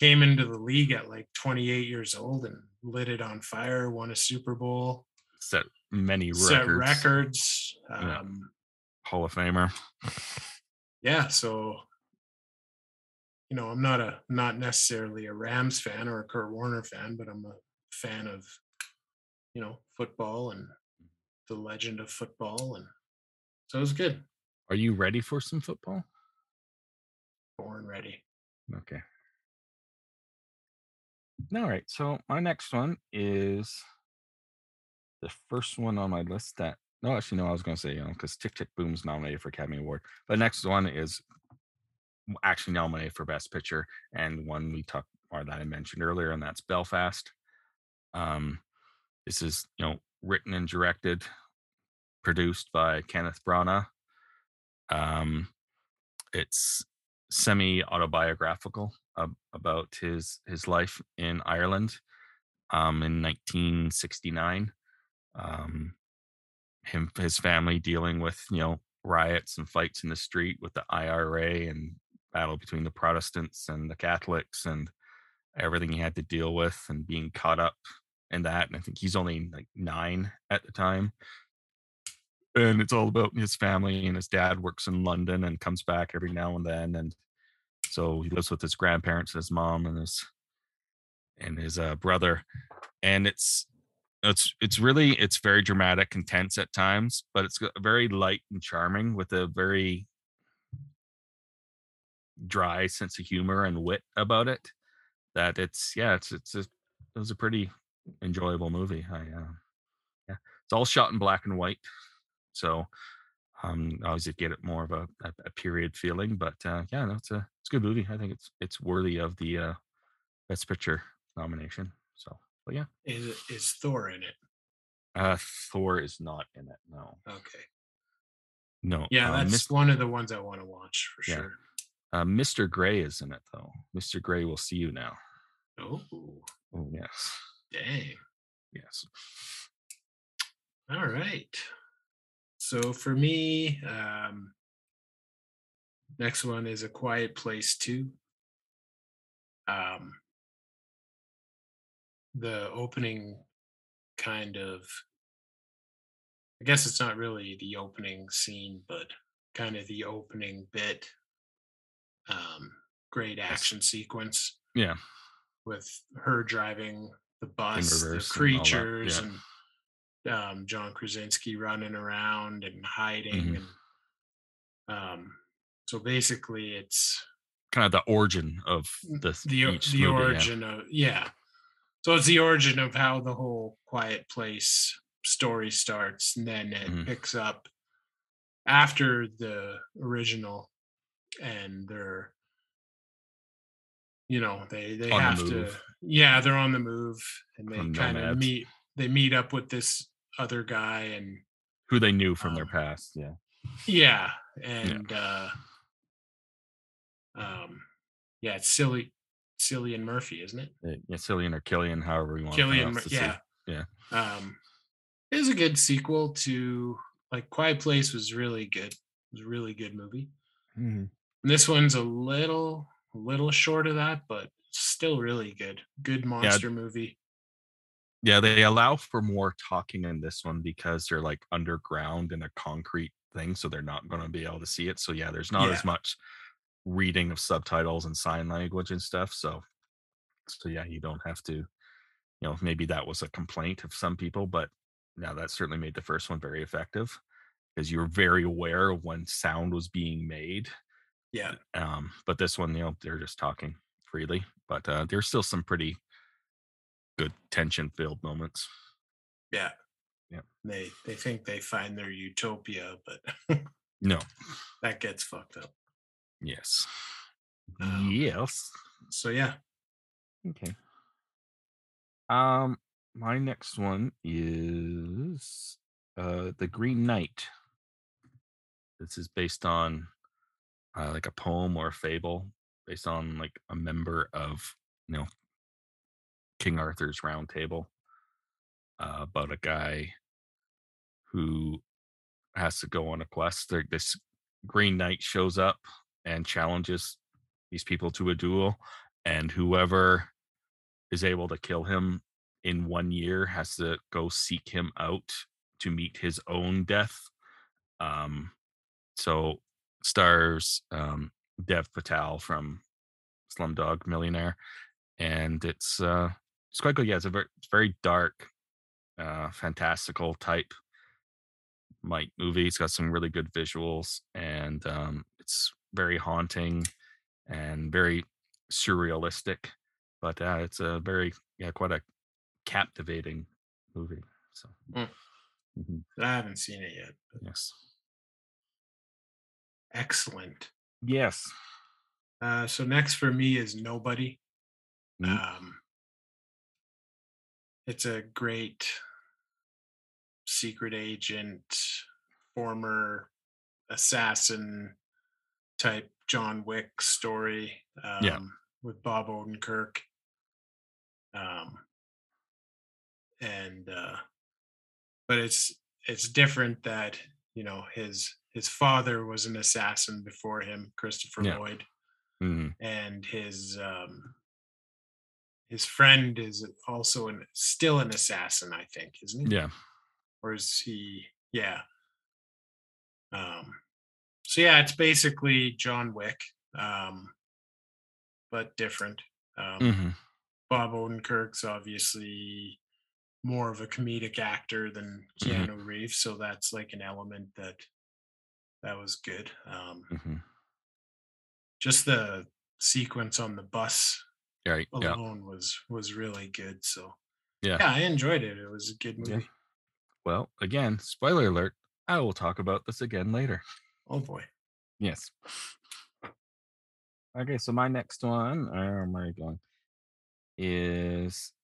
Speaker 6: Came into the league at like 28 years old and lit it on fire. Won a Super Bowl,
Speaker 5: set many records,
Speaker 6: set records.
Speaker 5: Yeah.
Speaker 6: Um,
Speaker 5: hall of famer
Speaker 6: yeah, so you know, I'm not a not necessarily a Rams fan or a Kurt Warner fan, but I'm a fan of you know football and the legend of football, and so it was good.
Speaker 5: are you ready for some football
Speaker 6: Born ready.
Speaker 5: Okay. All right. So my next one is the first one on my list that no, actually no, I was gonna say you know because Tick Tick Boom's nominated for Academy Award, but next one is w- actually nominated for Best Picture and one we talked or that I mentioned earlier, and that's Belfast. Um, this is you know written and directed, produced by Kenneth Branagh. Um, it's semi autobiographical about his his life in Ireland um, in 1969. Um, him his family dealing with you know riots and fights in the street with the IRA and battle between the Protestants and the Catholics and everything he had to deal with and being caught up in that. And I think he's only like nine at the time. And it's all about his family and his dad works in London and comes back every now and then. And so he lives with his grandparents and his mom and his and his uh, brother. And it's it's it's really it's very dramatic and tense at times, but it's very light and charming with a very dry sense of humor and wit about it that it's yeah it's it's a, it was a pretty enjoyable movie i uh, yeah it's all shot in black and white so um obviously get it more of a, a, a period feeling but uh yeah no, it's a it's a good movie i think it's it's worthy of the uh best picture nomination so but yeah
Speaker 6: Is is Thor in it?
Speaker 5: uh thor is not in it no
Speaker 6: Okay.
Speaker 5: no
Speaker 6: Yeah,
Speaker 5: uh,
Speaker 6: that's
Speaker 5: Mis-
Speaker 6: one of the ones I want to watch for
Speaker 5: Yeah.
Speaker 6: sure.
Speaker 5: uh, mr gray is in it though mr gray will see you now
Speaker 6: Oh,
Speaker 5: oh yes
Speaker 6: dang.
Speaker 5: yes
Speaker 6: All right. So for me, um, next one is A Quiet Place 2. Um, the opening kind of, I guess it's not really the opening scene, but kind of the opening bit. Um, great action sequence
Speaker 5: yeah
Speaker 6: with her driving the bus, the
Speaker 5: reverse and all that,
Speaker 6: creatures,
Speaker 5: yeah.
Speaker 6: and, um, John Krasinski running around and hiding.
Speaker 5: Mhm.
Speaker 6: And, um, so basically, it's
Speaker 5: kind of the origin of this
Speaker 6: Mm, the o-
Speaker 5: each
Speaker 6: the
Speaker 5: movie, yeah.
Speaker 6: origin of yeah. So it's the origin of how the whole Quiet Place story starts, and then it
Speaker 5: Mhm.
Speaker 6: picks up after the original, and they're you know they they
Speaker 5: On the
Speaker 6: have to
Speaker 5: move.
Speaker 6: yeah they're on the move and they
Speaker 5: From
Speaker 6: kind of
Speaker 5: nomads.
Speaker 6: meet they meet up with this other guy and
Speaker 5: who they knew from their
Speaker 6: Um,
Speaker 5: past yeah
Speaker 6: yeah, and uh um yeah, it's silly Cillian Murphy, isn't it?
Speaker 5: Uh, yeah, Cillian or Killian, however you want
Speaker 6: Cillian
Speaker 5: to
Speaker 6: Mur-
Speaker 5: pronounce the
Speaker 6: yeah.
Speaker 5: yeah.
Speaker 6: Um it was a good sequel to like Quiet Place was really good. It was a really good movie.
Speaker 5: Hmm.
Speaker 6: And this one's a little little short of that, but still really good. Good monster movie.
Speaker 5: Yeah, they allow for more talking in this one because they're like underground in a concrete thing, so they're not going to be able to see it. So yeah, there's not as
Speaker 6: Yeah.
Speaker 5: much reading of subtitles and sign language and stuff. So, so yeah, you don't have to. You know, maybe that was a complaint of some people, but now that certainly made the first one very effective because you're very aware of when sound was being made
Speaker 6: Yeah.
Speaker 5: um but this one you know they're just talking freely but uh there's still some pretty good tension filled moments
Speaker 6: Yeah.
Speaker 5: Yep.
Speaker 6: They they think they find their utopia, but <laughs>
Speaker 5: no
Speaker 6: that gets fucked up.
Speaker 5: yes
Speaker 6: Um,
Speaker 5: yes
Speaker 6: So yeah,
Speaker 5: okay um my next one is uh the green knight this is based on uh, like a poem or a fable based on like a member of you know king arthur's round table uh, about a guy who has to go on a quest There- this green knight shows up and challenges these people to a duel and whoever is able to kill him in one year has to go seek him out to meet his own death um so stars um dev patel from slumdog millionaire and it's uh it's quite good yeah it's a very, it's very dark uh fantastical type like movie it's got some really good visuals and um it's very haunting and very surrealistic but uh it's a very yeah quite a captivating movie so
Speaker 6: Mm.
Speaker 5: mhm,
Speaker 6: I haven't seen it yet.
Speaker 5: yes
Speaker 6: Excellent.
Speaker 5: yes
Speaker 6: Uh, so next for me is Nobody.
Speaker 5: Mhm.
Speaker 6: Um, it's a great secret agent, former assassin, type John Wick story um,
Speaker 5: Yeah.
Speaker 6: with Bob Odenkirk. Um, and uh, but it's it's different that you know his his father was an assassin before him, Christopher
Speaker 5: Yeah.
Speaker 6: Lloyd,
Speaker 5: Mhm.
Speaker 6: and his um, his friend is also an still an assassin, I think, isn't he?
Speaker 5: Yeah.
Speaker 6: or is he yeah um so yeah it's basically john wick um but different um
Speaker 5: Mhm.
Speaker 6: bob odenkirk's obviously more of a comedic actor than
Speaker 5: Mhm.
Speaker 6: keanu reeves so that's like an element that that was good um
Speaker 5: Mhm.
Speaker 6: just the sequence on the bus
Speaker 5: Right. Yeah.
Speaker 6: alone was was really good so
Speaker 5: Yeah.
Speaker 6: yeah i enjoyed it it was a good movie
Speaker 5: Yeah. Well, again, spoiler alert. I will talk about this again later.
Speaker 6: oh boy
Speaker 5: Yes. Okay, so my next one, where am I going? Is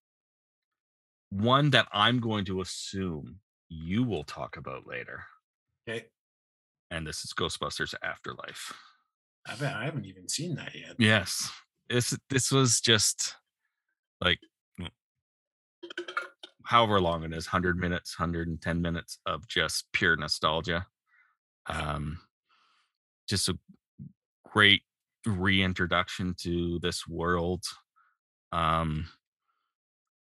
Speaker 5: one that I'm going to assume you will talk about later.
Speaker 6: okay
Speaker 5: And this is Ghostbusters Afterlife.
Speaker 6: i bet i haven't even seen that yet
Speaker 5: Yes. This this was just like w- however long it is, 100 minutes, 110 minutes of just pure nostalgia. Um just a great reintroduction to this world. Um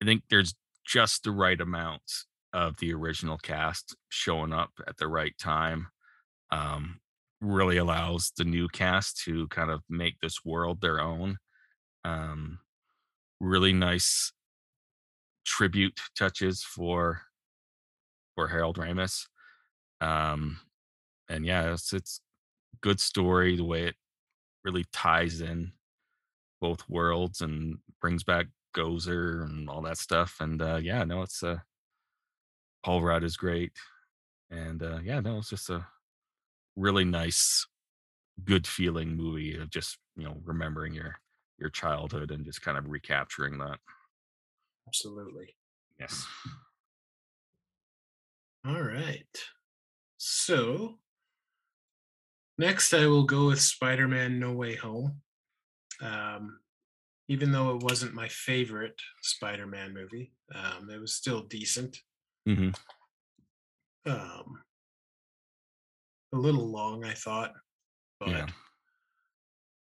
Speaker 5: I think there's just the right amount of the original cast showing up at the right time. Um really allows the new cast to kind of make this world their own. Um, really nice tribute touches for for Harold Ramis. Um, and yeah, it's it's good story the way it really ties in both worlds and brings back Gozer and all that stuff. And uh, yeah, no, it's uh, Paul Rudd is great, and uh, yeah, no, it's just a really nice good feeling movie of just you know remembering your your childhood and just kind of recapturing that
Speaker 6: Absolutely.
Speaker 5: yes
Speaker 6: All right. So next, I will go with Spider Man No Way Home. Um, even though it wasn't my favorite Spider Man movie, um, it was still decent.
Speaker 5: hmm
Speaker 6: Um, a little long, I thought, but
Speaker 5: Yeah.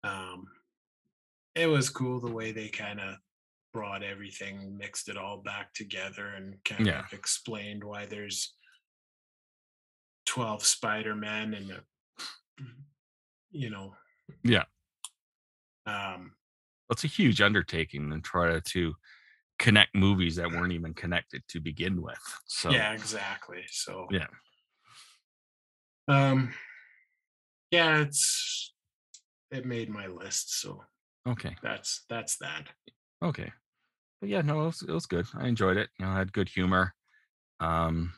Speaker 6: um, it was cool the way they kind of brought everything, mixed it all back together, and kind
Speaker 5: Yeah.
Speaker 6: of explained why there's 12 Spider Men and, a, you know,
Speaker 5: Yeah.
Speaker 6: Um,
Speaker 5: that's a huge undertaking and try to connect movies that weren't even connected to begin with so
Speaker 6: yeah, exactly. So,
Speaker 5: Yeah.
Speaker 6: Um, yeah, it's it made my list, so
Speaker 5: okay
Speaker 6: that's that's that.
Speaker 5: okay but yeah no it was, it was good i enjoyed it you know I had good humor um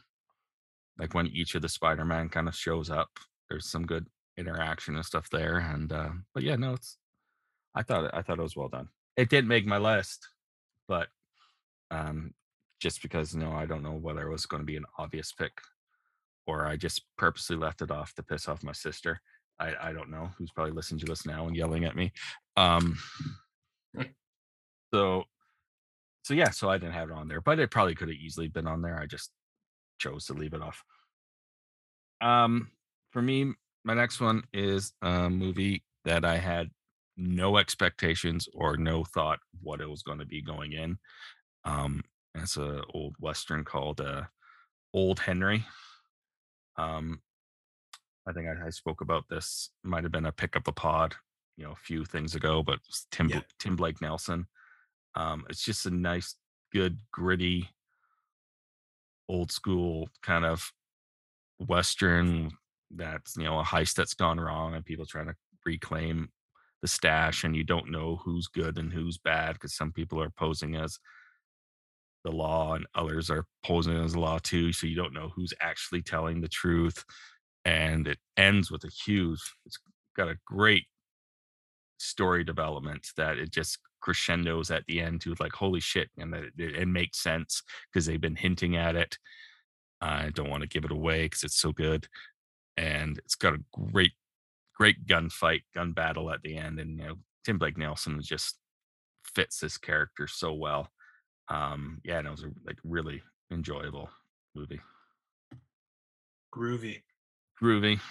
Speaker 5: like when each of the spider-man kind of shows up there's some good interaction and stuff there and uh but yeah no it's i thought it, i thought it was well done it didn't make my list but um just because you know i don't know whether it was going to be an obvious pick or i just purposely left it off to piss off my sister i i don't know who's probably listening to this now and yelling at me um so so yeah so i didn't have it on there but it probably could have easily been on there i just chose to leave it off um for me my next one is a movie that i had no expectations or no thought what it was going to be going in um it's a old western called uh old henry um i think i, I spoke about this might have been a pick up a pod you know a few things ago but it's tim
Speaker 6: Yeah.
Speaker 5: Bl- tim blake nelson um it's just a nice good gritty old school kind of western that's you know a heist that's gone wrong and people trying to reclaim the stash and you don't know who's good and who's bad because some people are posing as the law and others are posing as the law too so you don't know who's actually telling the truth and it ends with a huge it's got a great story development that it just crescendos at the end to like holy shit and that it, it makes sense because they've been hinting at it i don't want to give it away because it's so good and it's got a great great gunfight, gun battle at the end, and you know Tim Blake Nelson just fits this character so well. Um, yeah, and it was a, like really enjoyable movie,
Speaker 6: Groovy.
Speaker 5: groovy.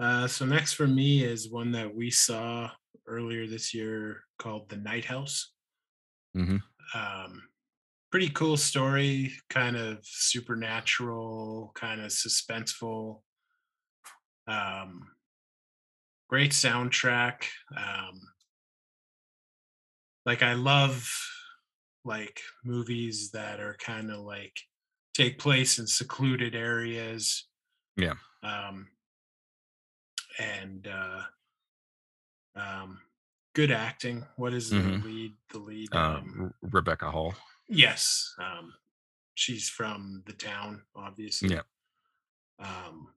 Speaker 6: Uh, so next for me is one that we saw earlier this year called The Night House.
Speaker 5: Mhm.
Speaker 6: Um, pretty cool story, kind of supernatural, kind of suspenseful. Um, great soundtrack. Um, like I love like movies that are kind of like take place in secluded areas.
Speaker 5: Yeah.
Speaker 6: Um, and uh, um, good acting. What is the
Speaker 5: Mhm.
Speaker 6: lead? The lead.
Speaker 5: Uh,
Speaker 6: um,
Speaker 5: Re- Rebecca Hall.
Speaker 6: yes, um, she's from the town, obviously.
Speaker 5: Yeah.
Speaker 6: Um,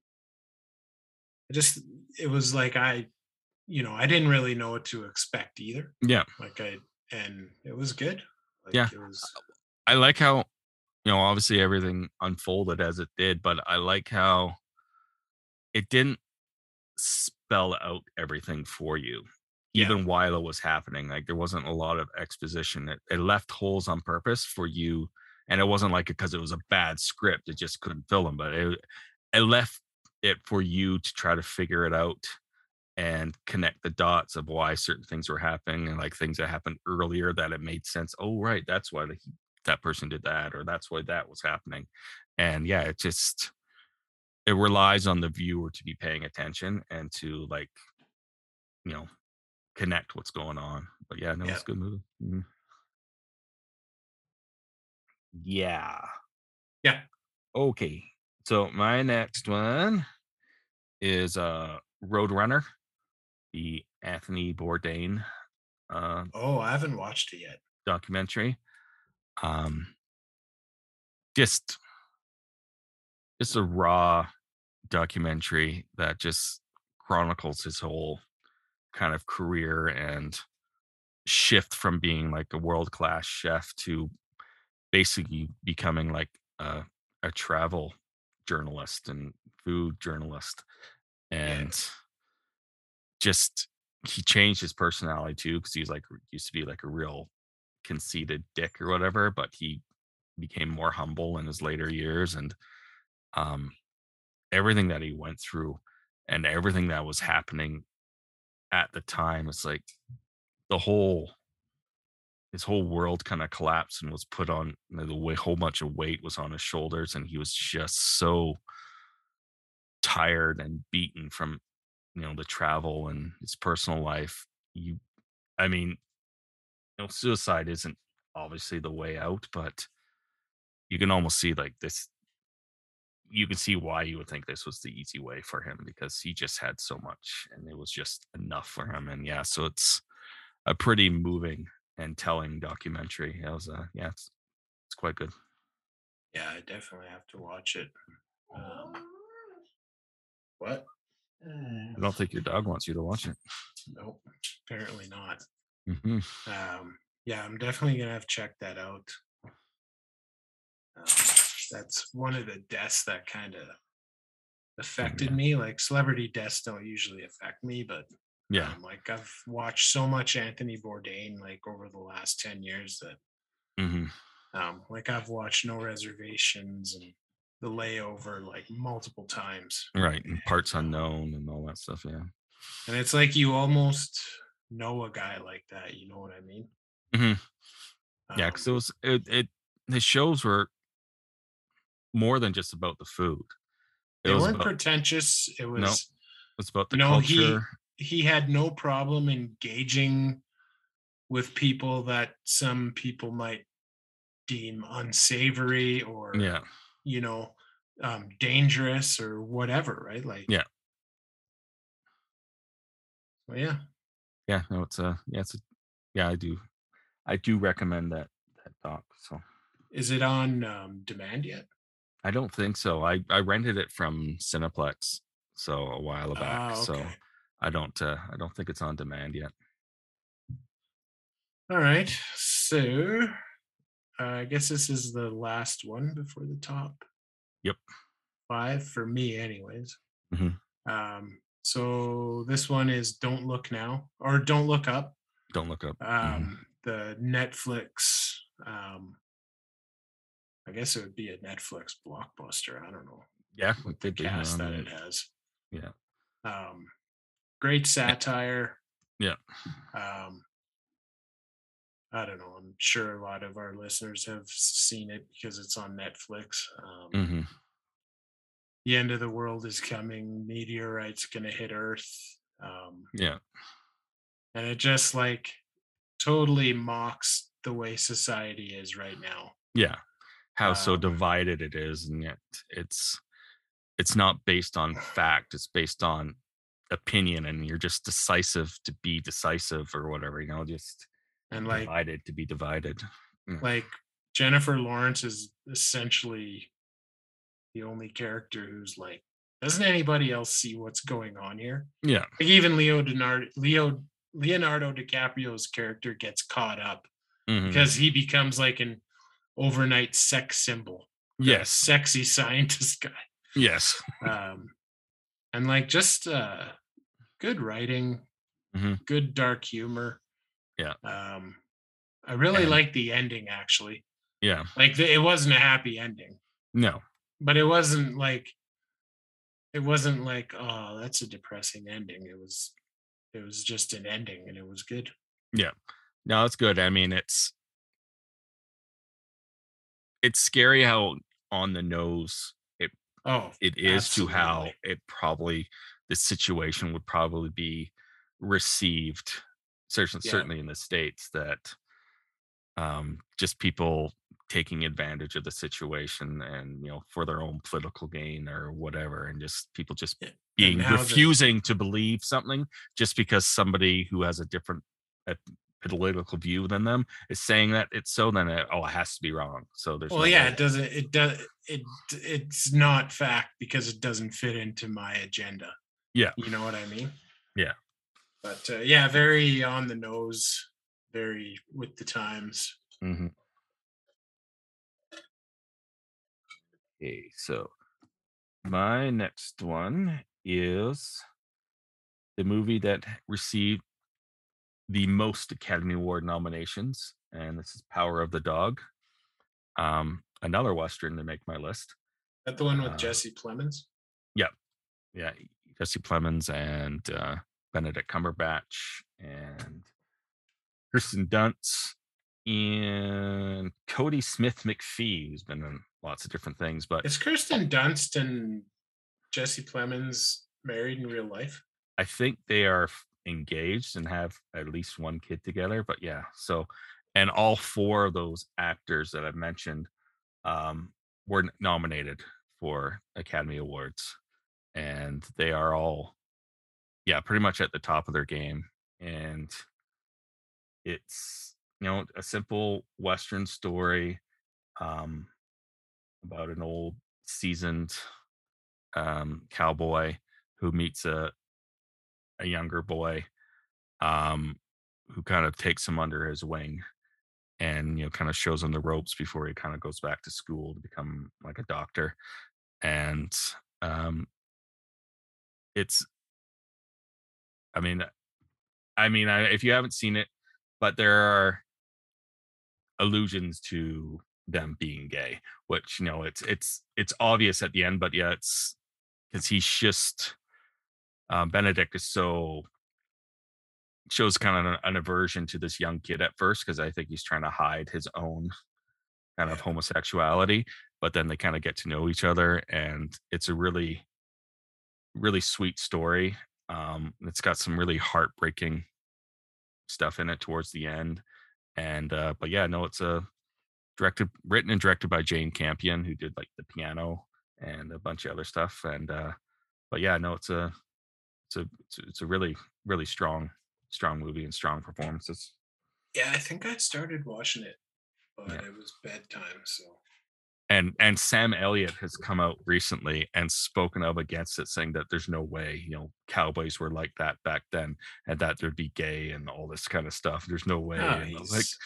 Speaker 6: I just it was like I, you know, I didn't really know what to expect either.
Speaker 5: Yeah,
Speaker 6: Like I, and it was good. Like
Speaker 5: Yeah.
Speaker 6: It was.
Speaker 5: I like how you know obviously everything unfolded as it did, but I like how it didn't spell out everything for you.
Speaker 6: Yeah.
Speaker 5: Even while it was happening, like there wasn't a lot of exposition. It, it left holes on purpose for you, and it wasn't like because it was a bad script; it just couldn't fill them. But it it left it for you to try to figure it out and connect the dots of why certain things were happening and like things that happened earlier that it made sense. Oh, right, that's why he that person did that or that's why that was happening and yeah it just it relies on the viewer to be paying attention and to like you know connect what's going on but yeah no
Speaker 6: Yeah.
Speaker 5: it's a good movie Mhm. yeah
Speaker 6: Yeah.
Speaker 5: okay so my next one is uh roadrunner the anthony bourdain uh
Speaker 6: Oh, I haven't watched it yet.
Speaker 5: documentary. Um, just, just a raw documentary that just chronicles his whole kind of career and shift from being like a world class chef to basically becoming like a, a travel journalist and food journalist and just he changed his personality too because he was like used to be like a real conceited dick or whatever but he became more humble in his later years and um everything that he went through and everything that was happening at the time it's like the whole his whole world kind of collapsed and was put on you know, the way whole bunch of weight was on his shoulders and he was just so tired and beaten from you know the travel and his personal life you i mean you know suicide isn't obviously the way out but you can almost see like this you can see why you would think this was the easy way for him because he just had so much and it was just enough for him and yeah so it's a pretty moving and telling documentary it was uh yeah it's, it's quite good
Speaker 6: Yeah, I definitely have to watch it. Um, what? Uh,
Speaker 5: i don't think your dog wants you to watch it
Speaker 6: Nope, apparently not.
Speaker 5: hmm
Speaker 6: Um, yeah, I'm definitely gonna have to check that out. Um, that's one of the deaths that kind of affected
Speaker 5: Mm-hmm.
Speaker 6: me. Like celebrity deaths don't usually affect me, but
Speaker 5: yeah
Speaker 6: um, like I've watched so much Anthony Bourdain like over the last ten years that
Speaker 5: hmm
Speaker 6: um, like I've watched No Reservations and The Layover like multiple times,
Speaker 5: right and parts unknown and all that stuff yeah
Speaker 6: and it's like you almost know a guy like that. You know what I mean?
Speaker 5: Mhm. Yeah, because it
Speaker 6: Um,
Speaker 5: was it, it his shows were more than just about the food. It
Speaker 6: they
Speaker 5: was
Speaker 6: weren't
Speaker 5: about, it
Speaker 6: pretentious. It was.
Speaker 5: was about the
Speaker 6: No, he-
Speaker 5: culture.
Speaker 6: he had no problem engaging with people that some people might deem unsavory or
Speaker 5: yeah,
Speaker 6: you know um, dangerous or whatever right like
Speaker 5: Yeah.
Speaker 6: well, yeah
Speaker 5: yeah. No, it's a yeah, it's a yeah. I do, I do recommend that that doc. So
Speaker 6: is it on um, demand yet
Speaker 5: I don't think so. I I rented it from Cineplex so a while back.
Speaker 6: Ah,
Speaker 5: So
Speaker 6: okay.
Speaker 5: I don't uh, I don't think it's on demand yet.
Speaker 6: all right so uh, i guess this is the last one before the top
Speaker 5: Yep.
Speaker 6: five for me anyways
Speaker 5: Mhm.
Speaker 6: Um, so this one is Don't Look Now or Don't Look Up.
Speaker 5: Don't look up.
Speaker 6: Um, the Netflix, um, I guess it would be a Netflix blockbuster. I don't know
Speaker 5: yeah,
Speaker 6: with the
Speaker 5: could be, you know,
Speaker 6: cast that
Speaker 5: um,
Speaker 6: it has.
Speaker 5: yeah.
Speaker 6: Um, great satire.
Speaker 5: Yeah.
Speaker 6: Um, I don't know. I'm sure a lot of our listeners have seen it because it's on Netflix. Um,
Speaker 5: mhm.
Speaker 6: The end of the world is coming. Meteorite's gonna hit Earth. Um,
Speaker 5: Yeah.
Speaker 6: and it just like totally mocks the way society is right now.
Speaker 5: Yeah. How so
Speaker 6: Um,
Speaker 5: divided it is, and yet it's it's not based on fact. It's based on opinion, and you're just decisive to be decisive or whatever. You know, just
Speaker 6: And like
Speaker 5: divided to be divided.
Speaker 6: like Jennifer Lawrence is essentially the only character who's like, doesn't anybody else see what's going on here?
Speaker 5: Yeah.
Speaker 6: Like even Leo Denard Leo Leonardo DiCaprio's character gets caught up
Speaker 5: mhm.
Speaker 6: because he becomes like an overnight sex symbol. the
Speaker 5: Yes.
Speaker 6: Sexy <laughs> scientist guy.
Speaker 5: Yes.
Speaker 6: um, and like just uh, good writing,
Speaker 5: Mhm.
Speaker 6: good dark humor.
Speaker 5: Yeah.
Speaker 6: Um, I really
Speaker 5: And-
Speaker 6: like the ending actually.
Speaker 5: Yeah.
Speaker 6: Like the, it wasn't a happy ending,
Speaker 5: No.
Speaker 6: but it wasn't like it wasn't like oh that's a depressing ending. It was it was just an ending and it was good.
Speaker 5: No, it's good. I mean, it's it's scary how on the nose
Speaker 6: Oh,
Speaker 5: it is to how
Speaker 6: Absolutely.
Speaker 5: it probably the situation would probably be received certainly
Speaker 6: Yeah.
Speaker 5: certainly in the states that um just people taking advantage of the situation and you know for their own political gain or whatever and just people just
Speaker 6: Yeah,
Speaker 5: being
Speaker 6: how the-
Speaker 5: refusing to believe something just because somebody who has a different a political view than them is saying that it's so then it, oh it has to be wrong so there's
Speaker 6: well
Speaker 5: no
Speaker 6: yeah
Speaker 5: way.
Speaker 6: it doesn't it does it it's not fact because it doesn't fit into my agenda
Speaker 5: Yeah.
Speaker 6: you know what i mean
Speaker 5: Yeah.
Speaker 6: but uh, yeah very on the nose very with the times
Speaker 5: Mm-hmm. Okay, so my next one is the movie that received the most Academy Award nominations, and this is Power of the Dog. Um, another Western to make my list.
Speaker 6: that the one with
Speaker 5: Uh,
Speaker 6: jesse plemons
Speaker 5: Yeah, Jesse Plemons and uh, Benedict Cumberbatch and Kirsten Dunst and Cody Smith McPhee, who's been in lots of different things. But
Speaker 6: is kirsten dunst and jesse plemons married in real life
Speaker 5: I think they are f- engaged and have at least one kid together. But yeah, so and all four of those actors that I've mentioned um, were n- nominated for Academy Awards, and they are all, yeah, pretty much at the top of their game. And it's you know a simple Western story um, about an old seasoned um, cowboy who meets a a younger boy um who kind of takes him under his wing and you know kind of shows him the ropes before he kind of goes back to school to become like a doctor and um it's i mean uh, i mean I, if you haven't seen it but there are allusions to them being gay which you know it's it's it's obvious at the end but yeah it's because he's just um, Benedict is so shows kind of an, an aversion to this young kid at first because I think he's trying to hide his own kind of homosexuality, but then they kind of get to know each other, and it's a really, really sweet story. Um, and it's got some really heartbreaking stuff in it towards the end, and uh, but yeah, no, it's a directed, written and directed by Jane Campion, who did like the piano and a bunch of other stuff, and uh, but yeah, no, it's a it's a it's a, it's a really really strong strong movie and strong performances
Speaker 6: yeah i think i started watching it but
Speaker 5: Yeah.
Speaker 6: it was bedtime so
Speaker 5: and and sam elliott has come out recently and spoken of against it saying that there's no way you know cowboys were like that back then and that there'd be gay and all this kind of stuff there's no way
Speaker 6: Ah,
Speaker 5: and I was like
Speaker 6: he's-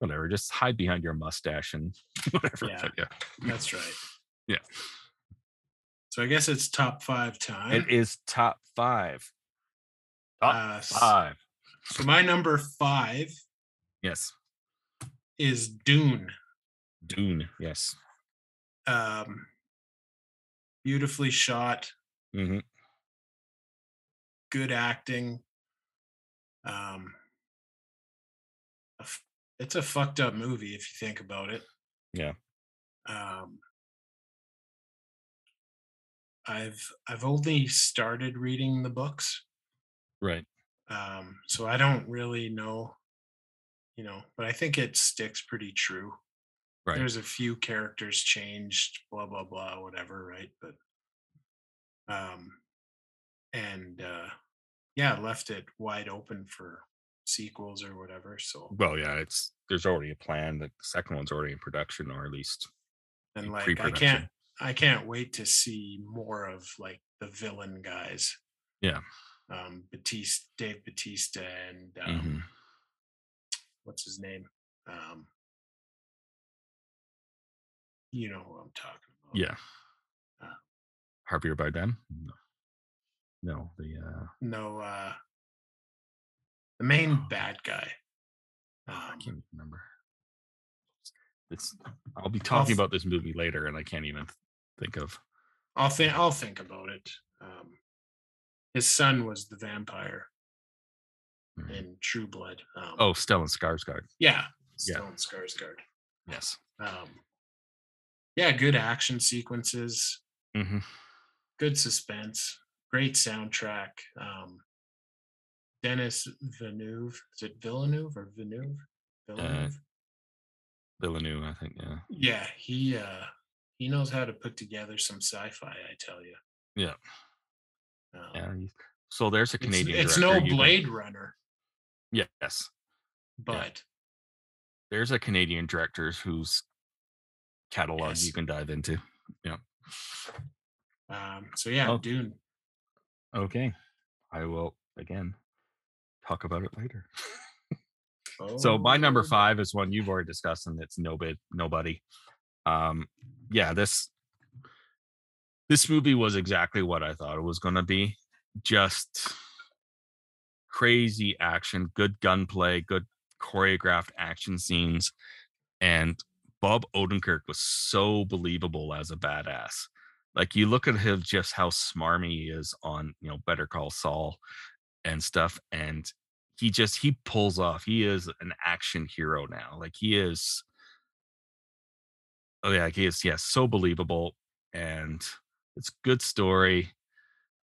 Speaker 5: whatever just hide behind your mustache and <laughs> whatever
Speaker 6: Yeah.
Speaker 5: but yeah
Speaker 6: that's right
Speaker 5: Yeah.
Speaker 6: So I guess it's top five time.
Speaker 5: It is top five.
Speaker 3: Top
Speaker 6: Uh, s-
Speaker 5: Five.
Speaker 6: So my number five
Speaker 5: Yes.
Speaker 6: is Dune.
Speaker 5: Dune. Yes.
Speaker 6: Um, beautifully shot,
Speaker 5: hmm
Speaker 6: good acting. Um, a f- it's a fucked up movie if you think about it.
Speaker 5: Yeah.
Speaker 6: Um, I've I've only started reading the books.
Speaker 5: Right.
Speaker 6: um so i don't really know you know but i think it sticks pretty true
Speaker 5: Right.
Speaker 6: there's a few characters changed blah blah blah whatever right but um and uh yeah left it wide open for sequels or whatever so
Speaker 5: Well, yeah. It's there's already a plan that the second one's already in production, or at least
Speaker 6: and
Speaker 5: in
Speaker 6: like i
Speaker 5: pre-production.
Speaker 6: can't i can't wait to see more of like the villain guys
Speaker 5: Yeah.
Speaker 6: um batiste dave batista and um,
Speaker 5: Mhm.
Speaker 6: what's his name? Um, you know who I'm talking about.
Speaker 5: Yeah.
Speaker 6: Uh,
Speaker 5: Harpier by them. No. No. The uh,
Speaker 6: No, uh, the main
Speaker 5: Oh.
Speaker 6: bad guy.
Speaker 5: I
Speaker 6: Um,
Speaker 5: can't remember. It's. I'll be talking
Speaker 6: f-
Speaker 5: about this movie later, and I can't even think of.
Speaker 6: I'll think. I'll think about it. Um, his son was the vampire
Speaker 5: Mhm.
Speaker 6: in True Blood. Um,
Speaker 5: Oh, Stellan Skarsgård.
Speaker 6: yeah,
Speaker 5: yeah.
Speaker 6: Stellan Skarsgård.
Speaker 5: Yes.
Speaker 6: Um, yeah, good action sequences. Mm-hmm.
Speaker 5: hmm
Speaker 6: good suspense, great soundtrack. Um, Dennis Villeneuve, is it Villeneuve or Villeneuve?
Speaker 5: Mm-hmm.
Speaker 6: Villeneuve.
Speaker 5: Villeneuve, I think. Yeah.
Speaker 6: yeah, he uh, he knows how to put together some sci-fi. I tell you.
Speaker 5: Yeah.
Speaker 6: Um,
Speaker 5: yeah he's- so there's a
Speaker 6: It's,
Speaker 5: Canadian.
Speaker 6: it's no
Speaker 5: director you don't-
Speaker 6: Blade Runner,
Speaker 5: Yes.
Speaker 6: but
Speaker 5: there's a Canadian directors whose catalog
Speaker 6: Yes.
Speaker 5: you can dive into. Yeah.
Speaker 6: um, so yeah,
Speaker 5: Oh.
Speaker 6: Dune.
Speaker 5: Okay. I will again talk about it later.
Speaker 6: Oh,
Speaker 5: So my number
Speaker 6: Dune.
Speaker 5: five is one you've already discussed, and it's no bid nobody. Um, yeah, this this movie was exactly what I thought it was gonna be. Just crazy action, good gunplay, good choreographed action scenes, and Bob Odenkirk was so believable as a badass. Like you look at him, just how smarmy he is on you know Better Call Saul and stuff, and he just he pulls off. He is an action hero now. Like he is oh yeah, like he is yes, so believable and it's good story.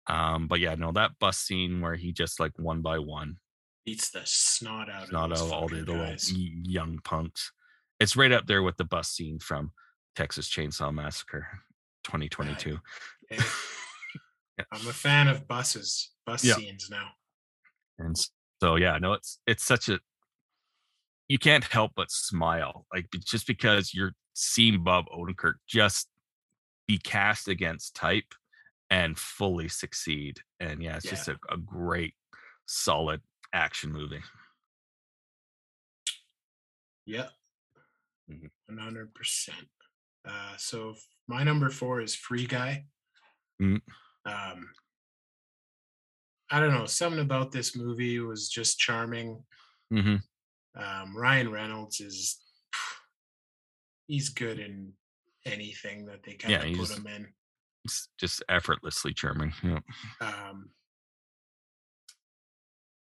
Speaker 5: Um, but yeah, no, that bus scene where he just like one by one,
Speaker 6: beats the snot out of
Speaker 5: not
Speaker 6: those
Speaker 5: out all the
Speaker 6: fucking
Speaker 5: little y-
Speaker 6: guys.
Speaker 5: <laughs> young punks. It's right up there with the bus scene from Texas Chainsaw Massacre 2022.
Speaker 6: Hey,
Speaker 5: Yeah.
Speaker 6: I'm a fan of buses, bus
Speaker 5: Yeah.
Speaker 6: scenes now.
Speaker 5: And s- so yeah, no, it's it's such a you can't help but smile, like be- just because you're seeing Bob Odenkirk just be cast against type and fully succeed. And yeah, it's just a, a great, solid action movie.
Speaker 6: Yep.
Speaker 5: Mhm.
Speaker 6: One hundred percent. Uh so f- my number four is Free Guy.
Speaker 5: Mm.
Speaker 6: Um I don't know, something about this movie was just charming.
Speaker 5: Mm-hmm.
Speaker 6: Um Ryan Reynolds is <sighs> he's good in anything that they kind
Speaker 5: Yeah,
Speaker 6: of put
Speaker 5: he's-
Speaker 6: him in.
Speaker 5: It's just effortlessly charming. Yeah.
Speaker 6: um,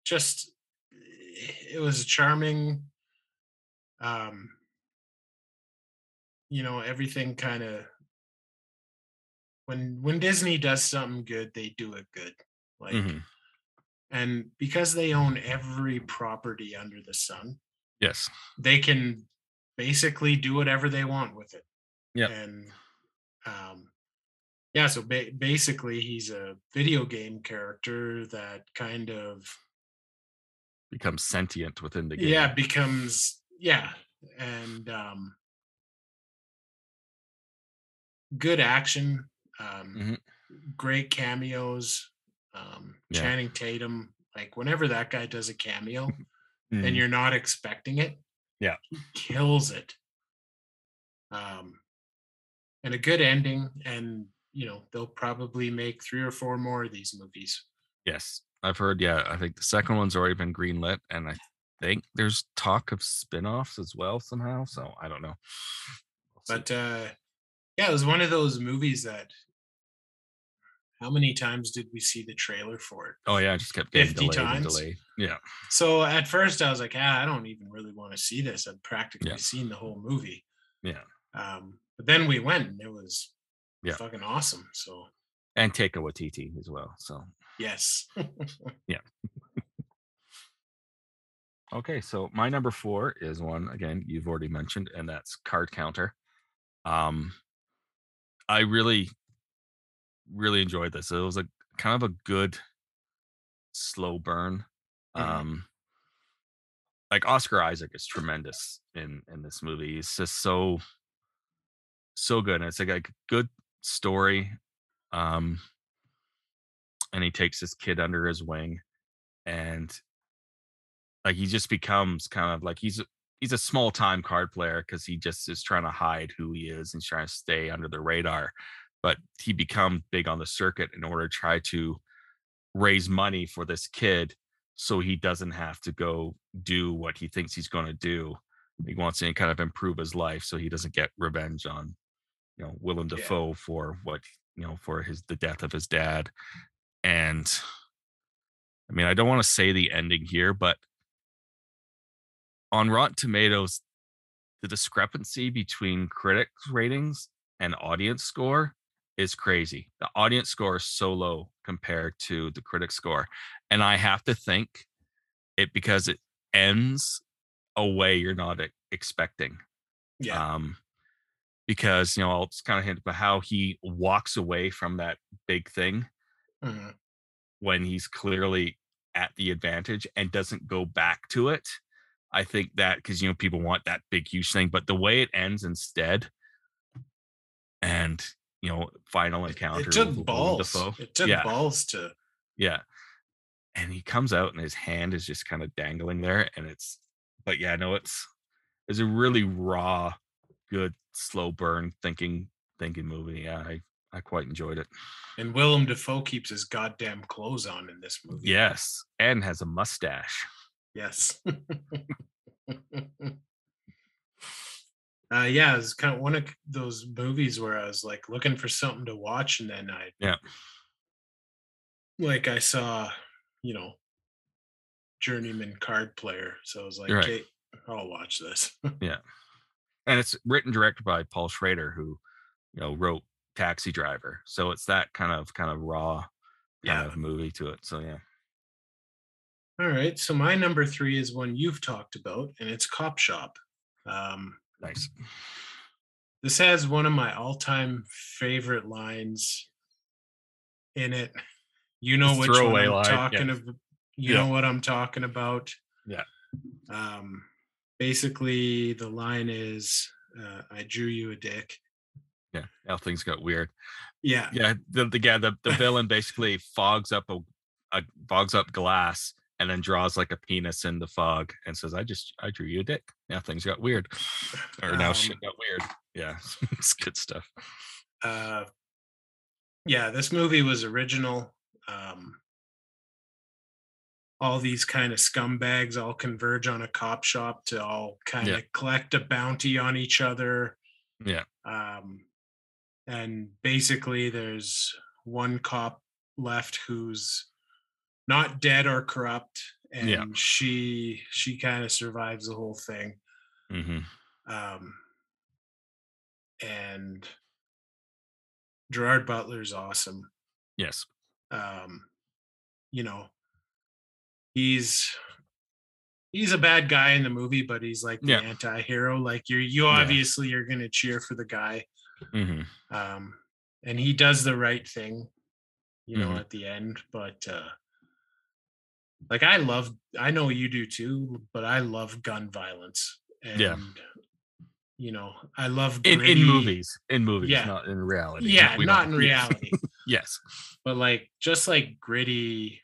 Speaker 6: just eh, it was charming um you know everything kind of when when disney does something good they do it good like
Speaker 5: Mhm.
Speaker 6: and because they own every property under the sun
Speaker 5: Yes.
Speaker 6: they can basically do whatever they want with it.
Speaker 5: Yep.
Speaker 6: And um, yeah, so ba- basically, he's a video game character that kind of
Speaker 5: Becomes sentient within the game.
Speaker 6: yeah becomes yeah and um good action um
Speaker 5: Mm-hmm.
Speaker 6: great cameos um
Speaker 5: Yeah.
Speaker 6: channing tatum like whenever that guy does a cameo and
Speaker 5: Mhm.
Speaker 6: you're not expecting it.
Speaker 5: Yeah.
Speaker 6: He kills it. Um, and a good ending. And you know they'll probably make three or four more of these movies.
Speaker 5: Yes, I've heard. Yeah, I think the second one's already been greenlit, and I think there's talk of spin-offs as well somehow. So I don't know. We'll see.
Speaker 6: But uh, yeah, it was one of those movies that. How many times did we see the trailer for it?
Speaker 5: oh yeah, I just kept getting
Speaker 6: 50
Speaker 5: delayed and
Speaker 6: times?
Speaker 5: delayed. Yeah,
Speaker 6: So at first I was like, ah, I don't even really want to see this. I've practically
Speaker 5: Yeah.
Speaker 6: seen the whole movie.
Speaker 5: yeah,
Speaker 6: Um, but then we went and it was
Speaker 5: Yeah.
Speaker 6: fucking awesome. So
Speaker 5: and Taika Waititi as well. So
Speaker 6: yes.
Speaker 5: Okay, so my number four is one again you've already mentioned, and that's card counter. Um, I really, really enjoyed this. It was a kind of a good slow burn.
Speaker 6: Mhm.
Speaker 5: Um, like Oscar Isaac is tremendous in in this movie. He's just so, so good. And it's like a g- good story. Um, and he takes this kid under his wing, and like he just becomes kind of like he's a- he's a small time card player because he just is trying to hide who he is and trying to stay under the radar but he becomes big on the circuit in order to try to raise money for this kid so he doesn't have to go do what he thinks he's going to do he wants to kind of improve his life so he doesn't get revenge on you know willem
Speaker 6: Yeah.
Speaker 5: dafoe for what you know for his the death of his dad and i mean i don't want to say the ending here but on rotten tomatoes the discrepancy between critics ratings and audience score is crazy. The audience score is so low compared to the critic score. And I have to think it because it ends a way you're not e- expecting.
Speaker 6: Yeah.
Speaker 5: Um, because, you know, I'll just kind of hint about how he walks away from that big thing
Speaker 6: Mhm.
Speaker 5: when he's clearly at the advantage and doesn't go back to it. I think that because you know people want that big huge thing, but the way it ends instead, and you know, final
Speaker 6: It,
Speaker 5: encounter.
Speaker 6: it
Speaker 5: with
Speaker 6: took
Speaker 5: Willem
Speaker 6: balls.
Speaker 5: Dafoe.
Speaker 6: It took
Speaker 5: yeah,
Speaker 6: balls to
Speaker 5: yeah. And he comes out and his hand is just kind of dangling there, and it's. But yeah, no, it's it's a really raw, good slow burn thinking thinking movie. Yeah, I I quite enjoyed it.
Speaker 6: and Willem Dafoe keeps his goddamn clothes on in this movie.
Speaker 5: Yes, and has a mustache.
Speaker 6: Yes. <laughs> Uh, yeah, it's kind of one of those movies where I was like looking for something to watch, and then I
Speaker 5: Yeah.
Speaker 6: like I saw, you know, journeyman card player. So I was like,
Speaker 5: Right.
Speaker 6: okay, I'll watch this. <laughs>
Speaker 5: and it's written and directed by Paul Schrader, who you know wrote Taxi Driver. So it's that kind of kind of raw kind
Speaker 6: Yeah.
Speaker 5: of movie to it. So yeah,
Speaker 6: All right. So my number three is one you've talked about, and it's Cop Shop. Um,
Speaker 5: nice.
Speaker 6: this has one of my all-time favorite lines in it. You know
Speaker 5: Just
Speaker 6: which one
Speaker 5: throwaway
Speaker 6: I'm
Speaker 5: line, yeah.
Speaker 6: talking of. You
Speaker 5: Yeah.
Speaker 6: know what I'm talking about.
Speaker 5: Yeah.
Speaker 6: Um, basically, the line is, uh, "I drew you a dick."
Speaker 5: Yeah, now things got weird.
Speaker 6: Yeah.
Speaker 5: Yeah, the, the yeah the, the villain basically fogs up a, a fogs up glass and then draws like a penis in the fog and says, "I just I drew you a dick." Now things got weird, or now shit
Speaker 6: Um,
Speaker 5: got weird. Yeah, <laughs> it's good stuff.
Speaker 6: uh yeah this movie was original um all these kind of scumbags all converge on a cop shop to all kind
Speaker 5: Yeah.
Speaker 6: of collect a bounty on each other
Speaker 5: Yeah.
Speaker 6: um and basically there's one cop left who's not dead or corrupt and
Speaker 5: Yeah.
Speaker 6: she she kind of survives the whole thing
Speaker 5: hmm
Speaker 6: um, and Gerard Butler's awesome.
Speaker 5: Yes.
Speaker 6: Um, you know, he's he's a bad guy in the movie, but he's like the
Speaker 5: Yeah.
Speaker 6: anti-hero. Like you're you
Speaker 5: Yeah.
Speaker 6: obviously you're gonna cheer for the guy.
Speaker 5: hmm
Speaker 6: Um, and he does the right thing, you know,
Speaker 5: Mhm.
Speaker 6: at the end. But uh like I love I know you do too, but I love gun violence. And
Speaker 5: Yeah.
Speaker 6: you know, I love
Speaker 5: In, in
Speaker 6: gritty-
Speaker 5: movies, in movies,
Speaker 6: Yeah.
Speaker 5: not in reality.
Speaker 6: Yeah,
Speaker 5: We all-
Speaker 6: not in
Speaker 5: yeah. <laughs>
Speaker 6: reality,
Speaker 5: Yes.
Speaker 6: but like just like gritty,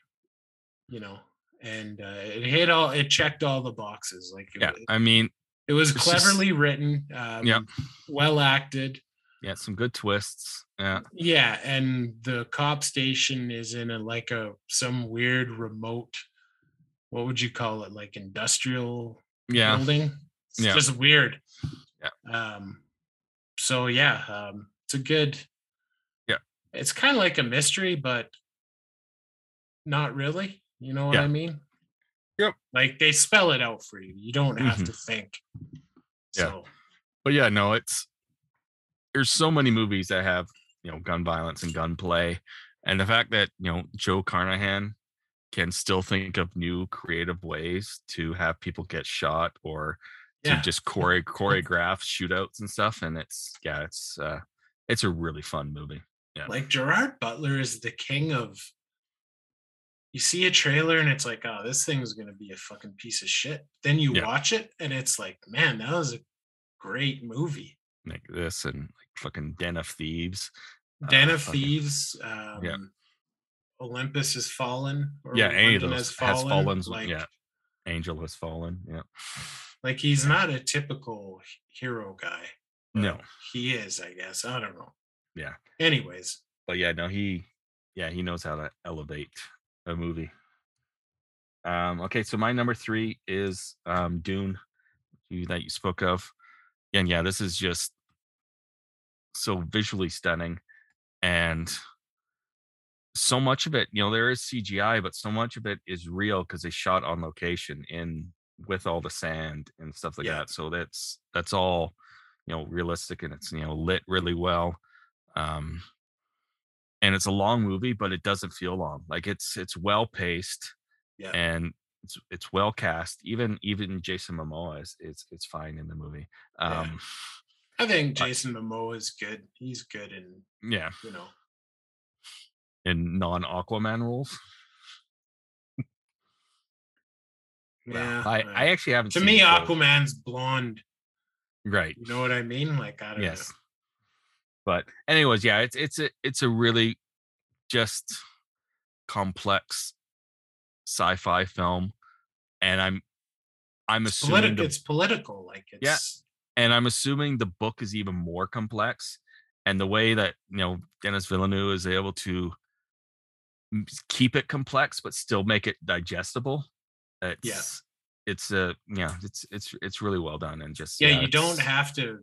Speaker 6: you know, and uh, it hit all it checked all the boxes. Like it,
Speaker 5: Yeah.
Speaker 6: it,
Speaker 5: I mean,
Speaker 6: was
Speaker 5: it's just-
Speaker 6: cleverly written, um,
Speaker 5: Yep.
Speaker 6: well acted.
Speaker 5: Yeah, some good twists. Yeah.
Speaker 6: Yeah, and the cop station is in a like a some weird remote. What would you call it? Like industrial
Speaker 5: Yeah.
Speaker 6: building. It's
Speaker 5: Yeah.
Speaker 6: just weird.
Speaker 5: Yeah.
Speaker 6: Um. So yeah, um, it's a good.
Speaker 5: Yeah.
Speaker 6: It's kind of like a mystery, but not really. You know what
Speaker 5: Yeah.
Speaker 6: I mean?
Speaker 5: Yep. Mm-hmm.
Speaker 6: Like they spell it out for you. You don't have to think.
Speaker 5: Yeah.
Speaker 6: So
Speaker 5: But yeah, no, it's there's so many movies that have, you know, gun violence and gunplay. And the fact that, you know, Joe Carnahan can still think of new creative ways to have people get shot or
Speaker 6: yeah,
Speaker 5: to just chore- choreograph shootouts and stuff. And it's yeah, it's uh it's a really fun movie.
Speaker 6: like Gerard Butler is the king of. You see a trailer and it's like, oh, this thing's gonna be a fucking piece of shit. Then you
Speaker 5: Yeah.
Speaker 6: watch it and it's like, man, that was a great movie.
Speaker 5: Like this and like fucking Den of Thieves. Uh,
Speaker 6: Den of
Speaker 5: fucking-
Speaker 6: Thieves. Um,
Speaker 5: Yeah.
Speaker 6: Olympus has fallen. Or
Speaker 5: Yeah, any of
Speaker 6: London
Speaker 5: those has fallen.
Speaker 6: Like,
Speaker 5: yeah. Angel has fallen. Yeah.
Speaker 6: like he's not a typical h- hero guy. but
Speaker 5: No.
Speaker 6: he is, I guess. I don't know.
Speaker 5: Yeah.
Speaker 6: Anyways,
Speaker 5: but yeah, no, he yeah, he knows how to elevate a movie. Um, okay, so my number three is um Dune you that you spoke of. And yeah, this is just so visually stunning and so much of it, you know, there is CGI, but so much of it is real because they shot on location in with all the sand and stuff like
Speaker 6: Yeah.
Speaker 5: that. So that's that's all you know realistic and it's you know lit really well. Um and it's a long movie, but it doesn't feel long. Like it's it's well paced
Speaker 6: yeah,
Speaker 5: and it's it's well cast. Even even Jason Momoa is it's it's fine in the movie.
Speaker 6: Yeah.
Speaker 5: Um
Speaker 6: I think
Speaker 5: I-
Speaker 6: Jason Momoa is good. He's good, and
Speaker 5: yeah,
Speaker 6: you know,
Speaker 5: in non Aquaman roles.
Speaker 6: yeah.
Speaker 5: I,
Speaker 6: uh,
Speaker 5: I actually haven't
Speaker 6: to
Speaker 5: seen
Speaker 6: me,
Speaker 5: it, so-
Speaker 6: Aquaman's blonde.
Speaker 5: Right.
Speaker 6: You know what I mean? Like I don't
Speaker 5: Yes. But anyways, yeah, it's it's a it's a really just complex sci-fi film. And I'm I'm
Speaker 6: know. It's,
Speaker 5: assuming
Speaker 6: politi-
Speaker 5: the
Speaker 6: it's political. Like it's
Speaker 5: and I'm assuming the book is even more complex. And the way that you know Dennis Villeneuve is able to m- s- keep it complex but still make it digestible, it's it's a yeah, it's it's it's really well done and just
Speaker 6: yeah. you don't
Speaker 5: it's-
Speaker 6: have to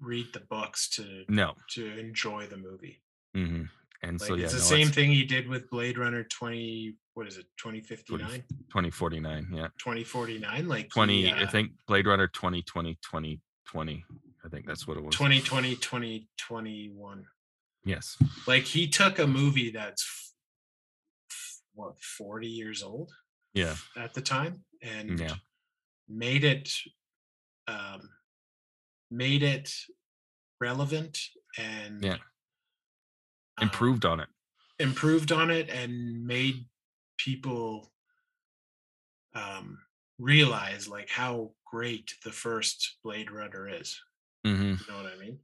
Speaker 6: read the books to
Speaker 5: no.
Speaker 6: to enjoy the movie.
Speaker 5: hmm And
Speaker 6: Like
Speaker 5: so yeah,
Speaker 6: it's the
Speaker 5: no,
Speaker 6: same
Speaker 5: it's
Speaker 6: thing he did with Blade Runner twenty. What is it? 2059?
Speaker 5: 2049, yeah,
Speaker 6: 2049? Like he,
Speaker 5: 20. I
Speaker 6: uh,
Speaker 5: think Blade Runner 2020 2020. I think that's what it was.
Speaker 6: 2020 2021
Speaker 5: Yes,
Speaker 6: like he took a movie that's f- f- what 40 years old
Speaker 5: yeah,
Speaker 6: at the time and
Speaker 5: Yeah.
Speaker 6: made it um made it relevant and
Speaker 5: Yeah.
Speaker 6: um,
Speaker 5: improved on it.
Speaker 6: improved on it and made people um realize like how great the first blade runner is
Speaker 5: hmm
Speaker 6: you know what i mean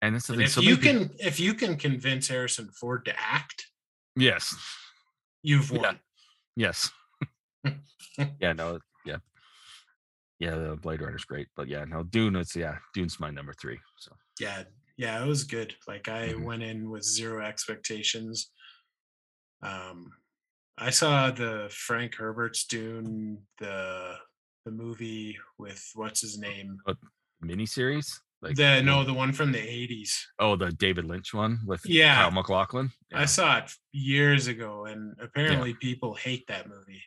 Speaker 5: And that's the
Speaker 6: And
Speaker 5: thing.
Speaker 6: if
Speaker 5: so
Speaker 6: you
Speaker 5: many peop-
Speaker 6: can if you can convince Harrison Ford to act,
Speaker 5: yes,
Speaker 6: you've
Speaker 5: Yeah.
Speaker 6: won. <laughs>
Speaker 5: Yes. yeah, no, yeah. Yeah, the Blade Runner's great. But yeah, no, Dune is yeah, Dune's my number three. So
Speaker 6: Yeah. yeah, it was good. Like I
Speaker 5: Mhm.
Speaker 6: went in with zero expectations. Um I saw the Frank Herbert's Dune, the the movie with what's his name?
Speaker 5: miniseries? Oh, Like
Speaker 6: the
Speaker 5: the-
Speaker 6: no, the one from the 80s.
Speaker 5: Oh, the David Lynch one with
Speaker 6: Yeah.
Speaker 5: Kyle McLaughlin.
Speaker 6: I saw it years ago and apparently people hate that movie.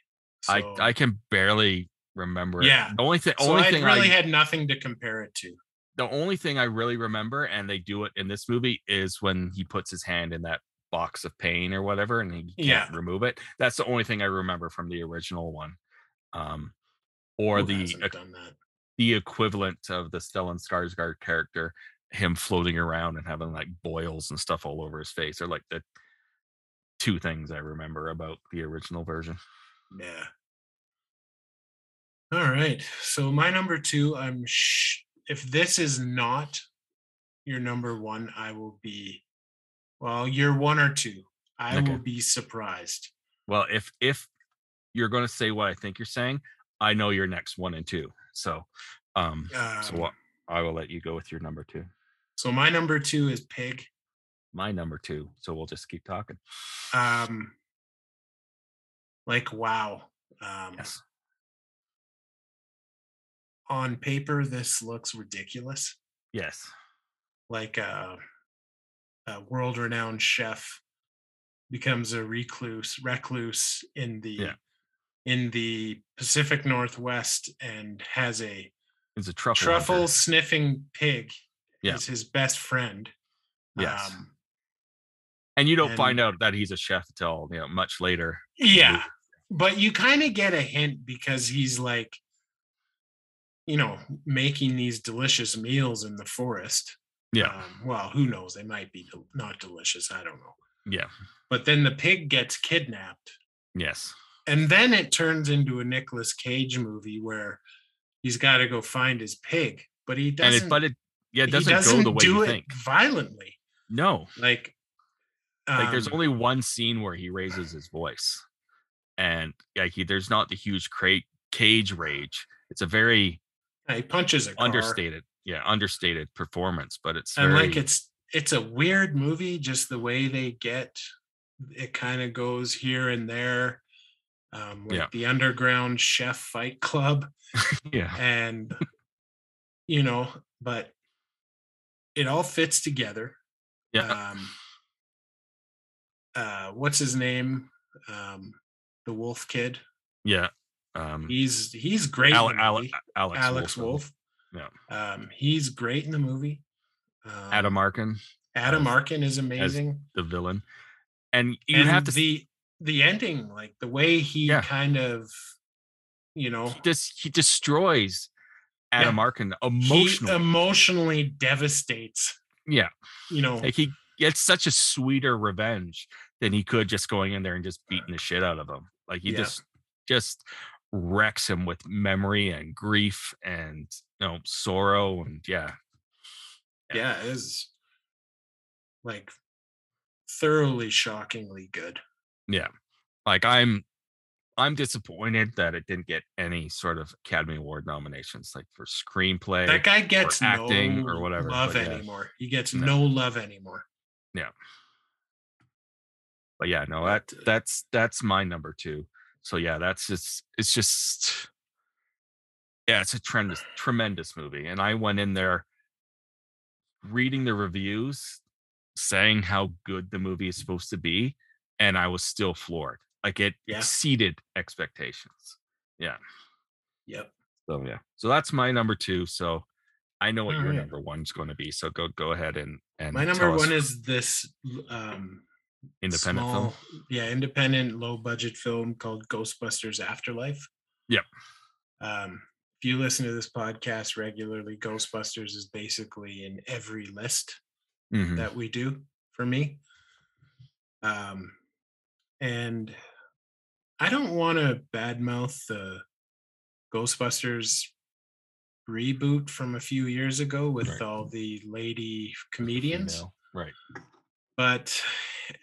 Speaker 5: I,
Speaker 6: So-
Speaker 5: I can barely remember it.
Speaker 6: Yeah.
Speaker 5: The only thing
Speaker 6: so
Speaker 5: only
Speaker 6: I
Speaker 5: thing
Speaker 6: really
Speaker 5: I,
Speaker 6: had nothing to compare it to.
Speaker 5: the only thing I really remember, and they do it in this movie, is when he puts his hand in that box of pain or whatever, and he can't
Speaker 6: Yeah.
Speaker 5: remove it. That's the only thing I remember from the original one, um, or
Speaker 6: Who
Speaker 5: the
Speaker 6: hasn't
Speaker 5: uh,
Speaker 6: done that.
Speaker 5: the equivalent of the Stellan Skarsgård character, him floating around and having like boils and stuff all over his face, are like the two things I remember about the original version.
Speaker 6: Yeah. All right. So my number two, I'm sh- if this is not your number one, I will be well, you're one or two. I
Speaker 5: Okay.
Speaker 6: will be surprised.
Speaker 5: Well, if if you're going to say what I think you're saying, I know your next one and two. So, um,
Speaker 6: Um,
Speaker 5: so what I will let you go with your number two.
Speaker 6: So my number two is Pig.
Speaker 5: My number two. So we'll just keep talking.
Speaker 6: Um, like wow. Um,
Speaker 5: Yes.
Speaker 6: on paper this looks ridiculous
Speaker 5: Yes.
Speaker 6: like a, a world-renowned chef becomes a recluse recluse in the
Speaker 5: Yeah.
Speaker 6: in the pacific northwest and has a
Speaker 5: It's a truffle. hunter.
Speaker 6: truffle sniffing pig
Speaker 5: Yeah.
Speaker 6: is his best friend
Speaker 5: Yes.
Speaker 6: um,
Speaker 5: and you don't
Speaker 6: and-
Speaker 5: find out that he's a chef until you know much later.
Speaker 6: Yeah. But you kind of get a hint because he's like, you know, making these delicious meals in the forest.
Speaker 5: Yeah.
Speaker 6: Um, well, who knows? They might be del- not delicious. I don't know.
Speaker 5: Yeah.
Speaker 6: But then the pig gets kidnapped.
Speaker 5: Yes.
Speaker 6: And then it turns into a Nicolas Cage movie where he's got to go find his pig. But he
Speaker 5: And
Speaker 6: doesn't,
Speaker 5: it but it yeah, it
Speaker 6: he
Speaker 5: doesn't, go the way
Speaker 6: do
Speaker 5: you
Speaker 6: it
Speaker 5: think.
Speaker 6: violently.
Speaker 5: No.
Speaker 6: Like,
Speaker 5: Like there's
Speaker 6: um,
Speaker 5: only one scene where he raises his voice. And like he, there's not the huge crate cage rage. It's a very
Speaker 6: he punches a car.
Speaker 5: understated, yeah, understated performance, but it's
Speaker 6: and
Speaker 5: very,
Speaker 6: like it's it's a weird movie just the way they get it kind of goes here and there um like
Speaker 5: Yeah.
Speaker 6: the underground chef fight club
Speaker 5: yeah,
Speaker 6: and
Speaker 5: <laughs>
Speaker 6: you know but it all fits together
Speaker 5: yeah.
Speaker 6: um uh what's his name um the wolf kid
Speaker 5: Yeah. Um,
Speaker 6: he's he's great in
Speaker 5: Ale-
Speaker 6: the
Speaker 5: Ale-
Speaker 6: movie.
Speaker 5: Alex,
Speaker 6: alex
Speaker 5: Wolff
Speaker 6: wolf um he's great in the movie um,
Speaker 5: Adam uh, Arkin,
Speaker 6: adam arkin is amazing
Speaker 5: the villain. And you
Speaker 6: and
Speaker 5: have to see
Speaker 6: the the ending, like the way he
Speaker 5: Yeah.
Speaker 6: kind of, you know,
Speaker 5: he, des- he destroys Adam Arkin emotionally.
Speaker 6: he uh, emotionally devastates.
Speaker 5: yeah.
Speaker 6: You know,
Speaker 5: Like he gets such a sweeter revenge than he could just going in there and just beating the shit out of him. Like he
Speaker 6: Yeah.
Speaker 5: just just wrecks him with memory and grief and you know sorrow and yeah.
Speaker 6: yeah, it is like thoroughly shockingly good.
Speaker 5: Like I'm I'm disappointed that it didn't get any sort of Academy Award nominations like for screenplay.
Speaker 6: That guy gets
Speaker 5: acting
Speaker 6: no
Speaker 5: or whatever,
Speaker 6: love
Speaker 5: but yeah.
Speaker 6: anymore. He gets
Speaker 5: No.
Speaker 6: no. love anymore.
Speaker 5: but yeah, no, that that's that's my number two. So yeah, that's just it's just yeah, it's a tremendous tremendous movie. And I went in there reading the reviews, saying how good the movie is supposed to be, and I was still floored. Like it
Speaker 6: Yeah.
Speaker 5: exceeded expectations.
Speaker 6: Yep.
Speaker 5: So yeah, so that's my number two. So I know what your
Speaker 6: Alright.
Speaker 5: number one's going to be. So go go ahead and and
Speaker 6: My number
Speaker 5: tell us
Speaker 6: one is this um
Speaker 5: independent film.
Speaker 6: small- Yeah, independent, low budget film called Ghostbusters Afterlife.
Speaker 5: Yep.
Speaker 6: Um, if you listen to this podcast regularly, Ghostbusters is basically in every list
Speaker 5: Mhm.
Speaker 6: that we do for me. Um, and I don't want to badmouth the Ghostbusters reboot from a few years ago with
Speaker 5: Right.
Speaker 6: all the lady comedians
Speaker 5: Female. right?
Speaker 6: but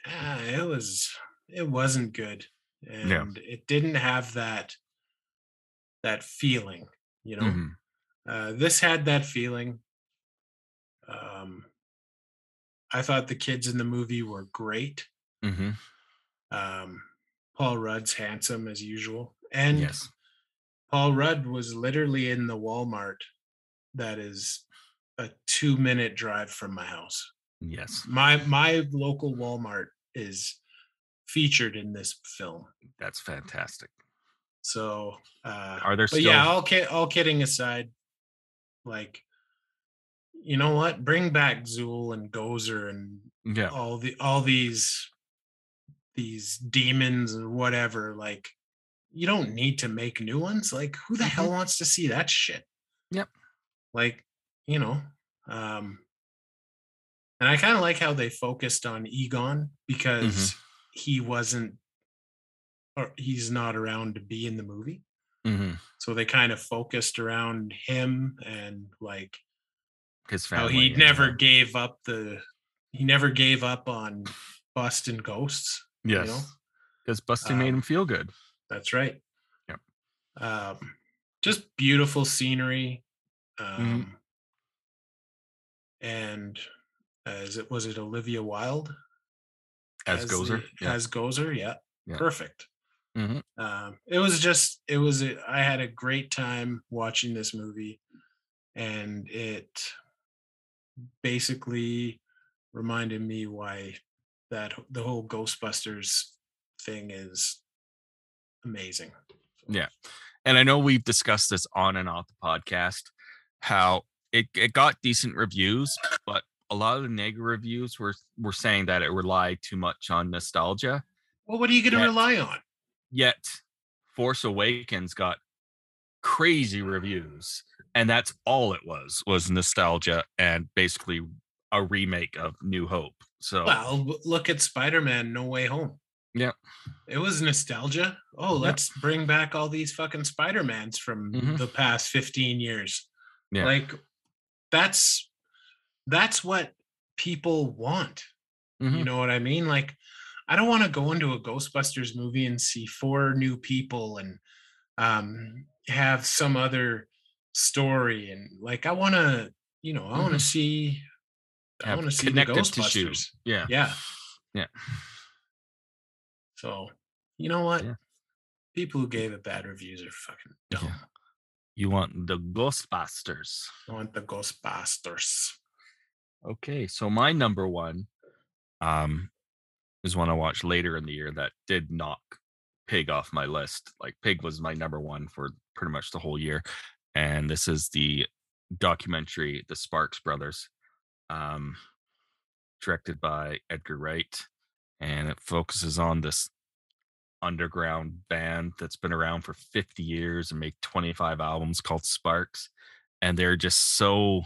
Speaker 6: uh, it was it wasn't good and
Speaker 5: Yeah.
Speaker 6: it didn't have that that feeling you know
Speaker 5: Mhm.
Speaker 6: uh, this had that feeling um i thought the kids in the movie were great
Speaker 5: Mhm.
Speaker 6: um paul rudd's handsome as usual and
Speaker 5: Yes.
Speaker 6: paul rudd was literally in the walmart that is a two minute drive from my house
Speaker 5: Yes.
Speaker 6: my my local Walmart is featured in this film.
Speaker 5: That's fantastic.
Speaker 6: So uh
Speaker 5: Are there
Speaker 6: but
Speaker 5: still?
Speaker 6: yeah, all kid all kidding aside, like you know what? Bring back Zool and Gozer and
Speaker 5: yeah,
Speaker 6: all the all these these demons and whatever. Like you don't need to make new ones. Like who the hell wants to see that shit?
Speaker 5: Mm-hmm. Yep.
Speaker 6: Like, you know, um and I kind of like how they focused on Egon
Speaker 5: Mm-hmm.
Speaker 6: because he wasn't or he's not around to be in the movie
Speaker 5: mhm,
Speaker 6: so they kind of focused around him and like
Speaker 5: his family.
Speaker 6: how Oh, he
Speaker 5: and uh,
Speaker 6: never
Speaker 5: all.
Speaker 6: gave up the he never gave up on Boston ghosts.
Speaker 5: Yes,
Speaker 6: know?
Speaker 5: because Busty made him
Speaker 6: Um,
Speaker 5: feel good.
Speaker 6: That's right.
Speaker 5: Yep. Mm-hmm.
Speaker 6: Um, just beautiful scenery. Um, and uh, is it was it Olivia Wilde
Speaker 5: as, Gozer.
Speaker 6: the- as Gozer? Yeah,
Speaker 5: Yeah.
Speaker 6: perfect.
Speaker 5: Mhm.
Speaker 6: Um, it was just it was a, I had a great time watching this movie, and it basically reminded me why that wh- the whole Ghostbusters thing is amazing.
Speaker 5: and I know we've discussed this on and off the podcast, how it, it got decent reviews, but a lot of the negative reviews were were saying that it relied too much on nostalgia.
Speaker 6: Well, what are you going to
Speaker 5: Yeah.
Speaker 6: rely on?
Speaker 5: Yet Force Awakens got crazy reviews. And that's all it was was nostalgia and basically a remake of New Hope. So
Speaker 6: Well, w- look at Spider-Man: No Way Home.
Speaker 5: Yep.
Speaker 6: it was nostalgia. Oh,
Speaker 5: Yep.
Speaker 6: let's bring back all these fucking Spider-Mans from
Speaker 5: Mhm.
Speaker 6: the past fifteen years.
Speaker 5: Yeah.
Speaker 6: like that's that's what people want. You
Speaker 5: Mhm.
Speaker 6: know what I mean? Like, I don't want to go into a Ghostbusters movie and see four new people and um, have some other story. And like, I want to, you know, I want to
Speaker 5: Mhm.
Speaker 6: see. I
Speaker 5: have
Speaker 6: want to see the
Speaker 5: connective tissue.
Speaker 6: Ghostbusters.
Speaker 5: Yeah.
Speaker 6: Yeah.
Speaker 5: Yeah.
Speaker 6: So, you know what?
Speaker 5: Yeah.
Speaker 6: People who gave it bad reviews are fucking dumb.
Speaker 5: Yeah. You want the Ghostbusters.
Speaker 6: I want the Ghostbusters.
Speaker 5: Okay, so my number one um is one I watched later in the year that did knock Pig off my list. Like Pig was my number one for pretty much the whole year. And this is the documentary The Sparks Brothers. Um directed by Edgar Wright and it focuses on this underground band that's been around for 50 years and make 25 albums called Sparks and they're just so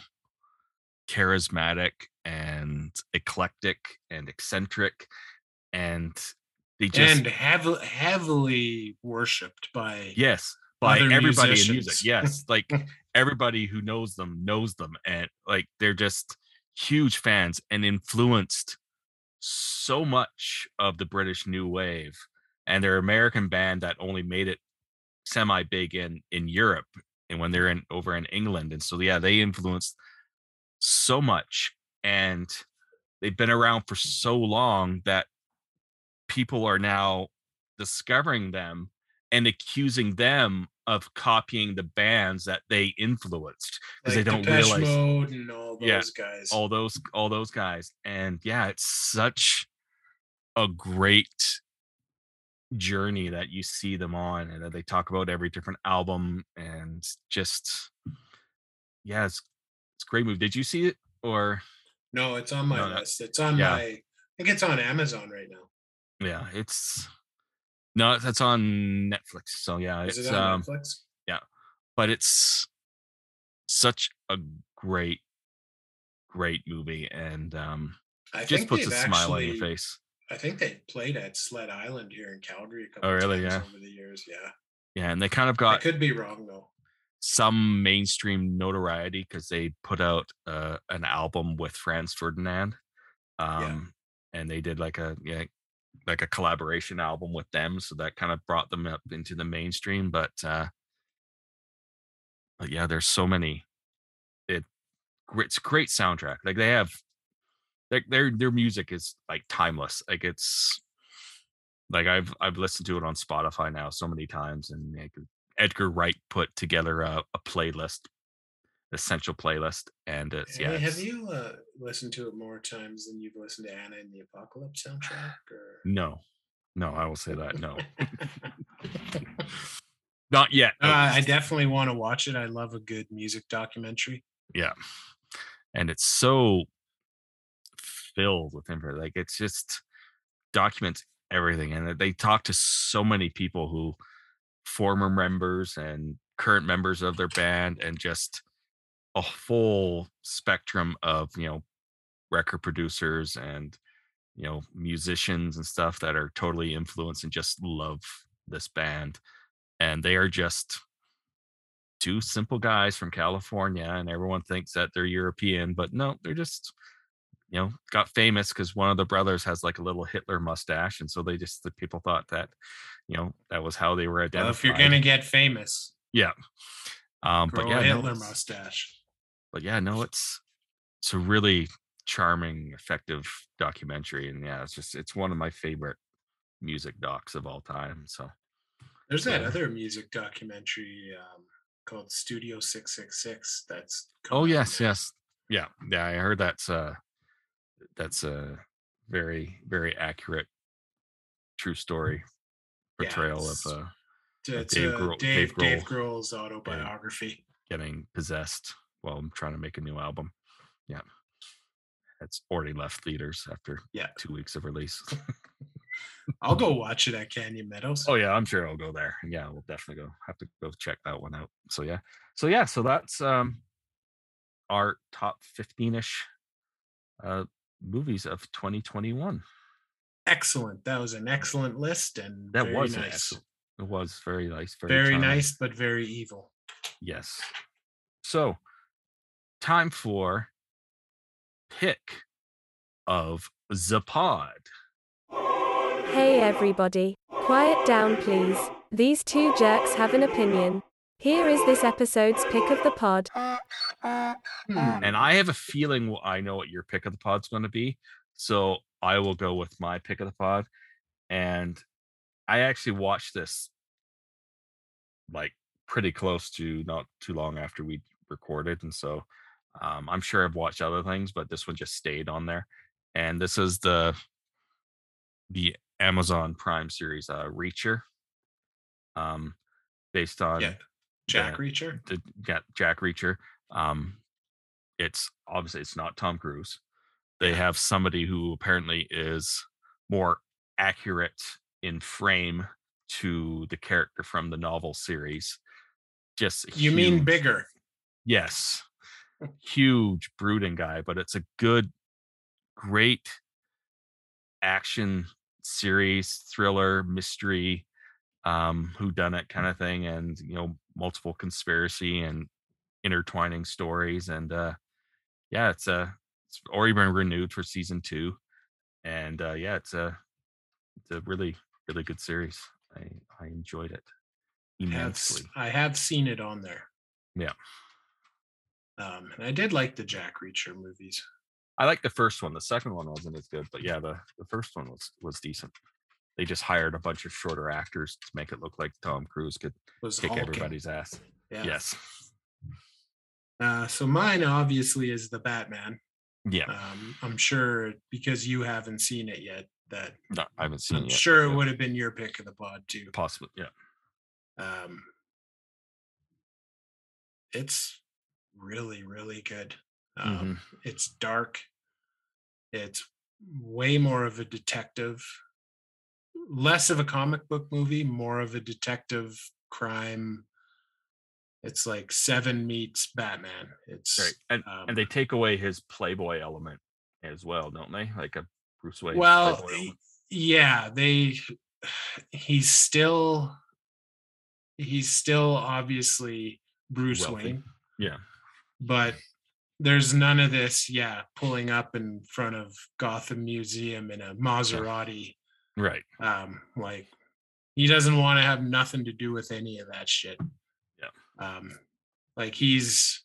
Speaker 5: charismatic and eclectic and eccentric and they just
Speaker 6: and heav- heavily worshipped by
Speaker 5: yes by
Speaker 6: other
Speaker 5: everybody in
Speaker 6: musicians.
Speaker 5: music yes
Speaker 6: <laughs>
Speaker 5: like everybody who knows them knows them and like they're just huge fans and influenced so much of the british new wave and they're an american band that only made it semi big in in europe and when they're in over in england and so yeah they influenced so much and they've been around for so long that people are now discovering them and accusing them of copying the bands that they influenced because
Speaker 6: like
Speaker 5: they don't
Speaker 6: Depeche
Speaker 5: realize
Speaker 6: Mode and all those
Speaker 5: Yeah,
Speaker 6: guys.
Speaker 5: all those all those guys and yeah it's such a great journey that you see them on and that they talk about every different album and just yeah it's, it's a great move did you see it or
Speaker 6: no, it's on my
Speaker 5: No, no.
Speaker 6: list. It's on
Speaker 5: Yeah.
Speaker 6: my. I think it's on Amazon right now.
Speaker 5: yeah it's no that's on netflix so yeah
Speaker 6: Is
Speaker 5: it's
Speaker 6: it on
Speaker 5: um
Speaker 6: Netflix?
Speaker 5: but it's such a great great movie and um
Speaker 6: I
Speaker 5: just
Speaker 6: think
Speaker 5: puts a
Speaker 6: they've
Speaker 5: smile on your
Speaker 6: actually-
Speaker 5: face
Speaker 6: I think they played at Sled Island here in Calgary a couple
Speaker 5: Oh, really?
Speaker 6: times
Speaker 5: Yeah. Uh,
Speaker 6: over the years. Yeah,
Speaker 5: yeah and they kind of
Speaker 6: I
Speaker 5: got
Speaker 6: could be wrong though.
Speaker 5: some mainstream notoriety because they put out uh, an album with Franz Ferdinand, um, and they did like a yeah, like a collaboration album with them, so that kind of brought them up into the mainstream. But uh, but yeah, there's so many. It gr- it's a great soundtrack. Like they have, like their their music is like timeless. Like it's like I've I've listened to it on Spotify now so many times, and like Edgar Wright put together a, a playlist, essential playlist, and it's
Speaker 6: Hey,
Speaker 5: yeah.
Speaker 6: have
Speaker 5: it's-
Speaker 6: you uh, listened to it more times than you've listened to Anna in the Apocalypse soundtrack? Or
Speaker 5: No, no, I will say that
Speaker 6: <laughs>
Speaker 5: no, <laughs> not yet. at
Speaker 6: Uh, I
Speaker 5: least.
Speaker 6: definitely want to watch it. I love a good music documentary.
Speaker 5: yeah, and it's so filled with info. Like it's just documents everything, and they talk to so many people who former members and current members of their band, and just a full spectrum of you know record producers and you know musicians and stuff that are totally influenced and just love this band and they are just two simple guys from california and everyone thinks that they're european but no they're just you know got famous because one of the brothers has like a little hitler mustache and so they just the people thought that you know that was how they were identified
Speaker 6: Well, Uh, if you're gonna get famous,
Speaker 5: um
Speaker 6: grow
Speaker 5: but yeah
Speaker 6: a
Speaker 5: no,
Speaker 6: Hitler
Speaker 5: it's-
Speaker 6: mustache.
Speaker 5: but yeah, no, it's it's a really charming, effective documentary, and yeah, it's just it's one of my favorite music docs of all time. So
Speaker 6: There's that
Speaker 5: Yeah.
Speaker 6: other music documentary um, called Studio 666. That's
Speaker 5: Oh
Speaker 6: coming out
Speaker 5: yes,
Speaker 6: now.
Speaker 5: yes, yeah, yeah. I heard that's a that's a very very accurate true story
Speaker 6: Yeah,
Speaker 5: portrayal
Speaker 6: it's-
Speaker 5: of uh,
Speaker 6: It's
Speaker 5: Dave
Speaker 6: Dave, uh,
Speaker 5: Grohl-
Speaker 6: Dave,
Speaker 5: Dave
Speaker 6: Dave
Speaker 5: Grohl.
Speaker 6: Grohl's autobiography.
Speaker 5: getting possessed while I'm trying to make a new album. Yeah, it's already left theaters after
Speaker 6: Yeah.
Speaker 5: two weeks of release. <laughs>
Speaker 6: I'll go watch it at Canyon Meadows.
Speaker 5: oh yeah, I'm sure I'll go there. Yeah, we'll definitely go. Have to go check that one out. So yeah, so yeah, so that's um our top fifteen ish uh movies of 2021.
Speaker 6: Excellent. That was an excellent list and
Speaker 5: That
Speaker 6: very
Speaker 5: was an
Speaker 6: nice.
Speaker 5: excellent. It was very nice.
Speaker 6: Very
Speaker 5: charming.
Speaker 6: nice, but very evil.
Speaker 5: Yes. So, time for pick of the pod.
Speaker 4: Hey everybody, quiet down please. These two jerks have an opinion. Here is this episode's pick of the pod.
Speaker 5: And I have a feeling wh- I know what your pick of the pod's going to be. So I will go with my pick of the pod. And I actually watched this like pretty close to not too long after we recorded. And so um, I'm sure I've watched other things, but this one just stayed on there. And this is the the Amazon Prime series uh, Reacher, um, based on
Speaker 6: Yeah. Jack
Speaker 5: Yeah.
Speaker 6: Reacher.
Speaker 5: the Jack, Jack Reacher. Um, it's obviously it's not Tom Cruise. They have somebody who apparently is more accurate in frame to the character from the novel series. Just a
Speaker 6: You mean
Speaker 5: huge-
Speaker 6: bigger?
Speaker 5: Yes, huge brooding guy, but it's a good, great action series, thriller, mystery, um, who done it kind of thing, and you know, multiple conspiracy and intertwining stories. And uh yeah, it's uh it's already been renewed for season two. And uh yeah, it's a it's a really, really good series. I, I enjoyed it
Speaker 6: I have, s-
Speaker 5: immensely.
Speaker 6: I have seen it on there.
Speaker 5: Yeah.
Speaker 6: Um, and I did like the Jack Reacher movies.
Speaker 5: I like the first one. The second one wasn't as good, but yeah, the, the first one was was decent. They just hired a bunch of shorter actors to make it look like Tom Cruise could
Speaker 6: Was
Speaker 5: kick
Speaker 6: Hulking.
Speaker 5: everybody's ass.
Speaker 6: Oh, Yeah.
Speaker 5: Yes.
Speaker 6: Uh, so mine obviously is the Batman.
Speaker 5: Yeah.
Speaker 6: Um, I'm sure because you haven't seen it yet that
Speaker 5: No, I haven't seen
Speaker 6: I'm
Speaker 5: it. yet,
Speaker 6: sure it
Speaker 5: but
Speaker 6: would have been your pick of the pod too.
Speaker 5: possibly. Yeah.
Speaker 6: Um, it's really, really good. Um,
Speaker 5: Mhm.
Speaker 6: It's dark. It's way more of a detective, less of a comic book movie, more of a detective crime. It's like Seven meets Batman. It's
Speaker 5: Right. And
Speaker 6: um,
Speaker 5: and they take away his Playboy element as well, don't they? Like a Bruce Wayne.
Speaker 6: well,
Speaker 5: Playboy
Speaker 6: y-
Speaker 5: element.
Speaker 6: yeah, they. <sighs> He's still. He's still obviously Bruce
Speaker 5: Wealthy.
Speaker 6: Wayne.
Speaker 5: yeah.
Speaker 6: but there's none of this yeah pulling up in front of gotham museum in a maserati
Speaker 5: Right.
Speaker 6: um like he doesn't want to have nothing to do with any of that shit
Speaker 5: Yeah.
Speaker 6: um like he's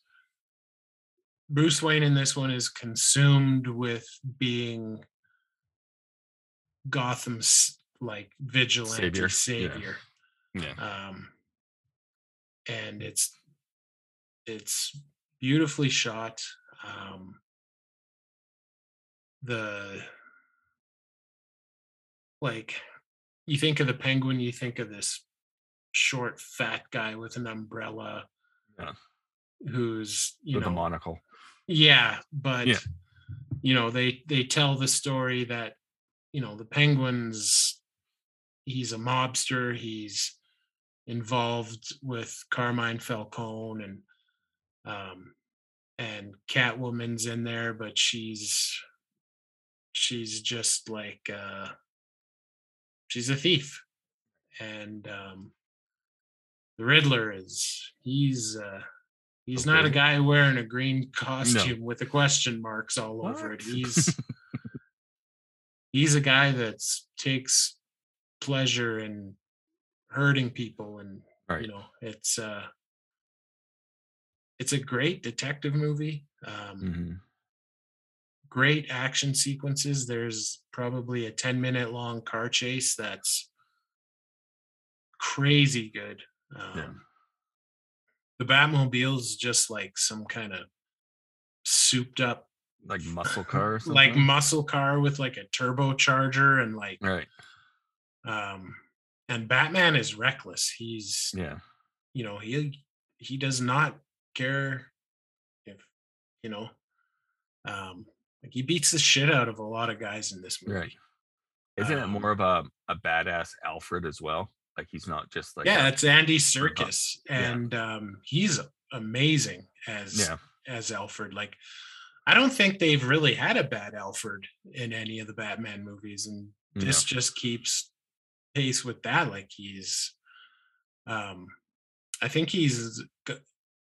Speaker 6: bruce wayne in this one is consumed with being gotham's like vigilante
Speaker 5: Savior, yeah.
Speaker 6: savior,
Speaker 5: Yeah.
Speaker 6: um and it's it's beautifully shot um the like you think of the penguin you think of this short fat guy with an umbrella
Speaker 5: Yeah.
Speaker 6: who's you
Speaker 5: With a
Speaker 6: know
Speaker 5: monocle.
Speaker 6: yeah, but
Speaker 5: Yeah.
Speaker 6: you know, they they tell the story that you know the penguins he's a mobster, he's involved with Carmine Falcone and um and Catwoman's in there, but she's she's just like uh she's a thief. And um the Riddler is he's uh He's not a
Speaker 5: Okay.
Speaker 6: guy wearing a green costume with the question marks all over
Speaker 5: What?
Speaker 6: it. He's he's a guy that takes pleasure in hurting people and
Speaker 5: <laughs> Right.
Speaker 6: you know, it's uh it's a great detective movie. Um
Speaker 5: Mhm.
Speaker 6: great action sequences. There's probably a 10 minute long car chase that's crazy good. Um,
Speaker 5: Yeah.
Speaker 6: The Batmobile's just like some kind of souped up,
Speaker 5: like
Speaker 6: <laughs>
Speaker 5: muscle car or something.
Speaker 6: like muscle car with like a turbocharger and like,
Speaker 5: Mm-hmm. right.
Speaker 6: um, and Batman is reckless. He's
Speaker 5: Yeah.
Speaker 6: you know he he does not care if you know um like he beats the shit out of a lot of guys in this movie
Speaker 5: Right. Isn't it
Speaker 6: Um,
Speaker 5: more of a, a badass Alfred as well? Like he's not just like
Speaker 6: yeah
Speaker 5: a-
Speaker 6: it's andy circus
Speaker 5: Yeah.
Speaker 6: and um he's amazing as
Speaker 5: yeah.
Speaker 6: as alfred like i don't think they've really had a bad alfred in any of the batman movies and
Speaker 5: no.
Speaker 6: this just keeps pace with that like he's um i think he's g-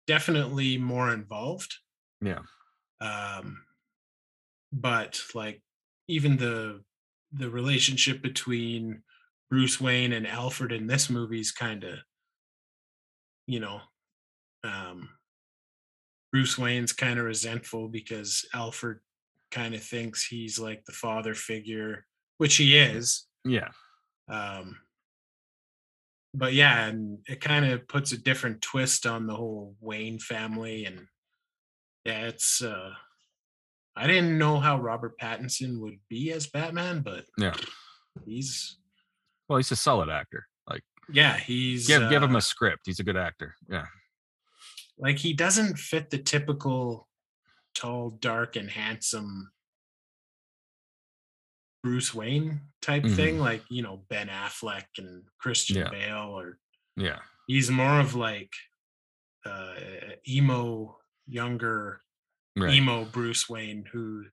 Speaker 6: definitely more involved
Speaker 5: Yeah.
Speaker 6: um but like even the the relationship between bruce wayne and alfred in this movie is kind of you know um bruce wayne's kind of resentful because alfred kind of thinks he's like the father figure which he is
Speaker 5: Yeah.
Speaker 6: um but yeah and it kind of puts a different twist on the whole wayne family and yeah it's uh i didn't know how robert pattinson would be as batman but
Speaker 5: Yeah.
Speaker 6: he's
Speaker 5: Well, he's a solid actor. Like
Speaker 6: yeah he's
Speaker 5: give give him a
Speaker 6: uh,
Speaker 5: script. He's a good actor. Yeah.
Speaker 6: like he doesn't fit the typical tall dark and handsome bruce wayne type
Speaker 5: Mhm.
Speaker 6: thing like you know ben affleck and christian
Speaker 5: Yeah.
Speaker 6: bale or
Speaker 5: Yeah.
Speaker 6: he's more of like uh emo younger
Speaker 5: Right.
Speaker 6: emo bruce wayne who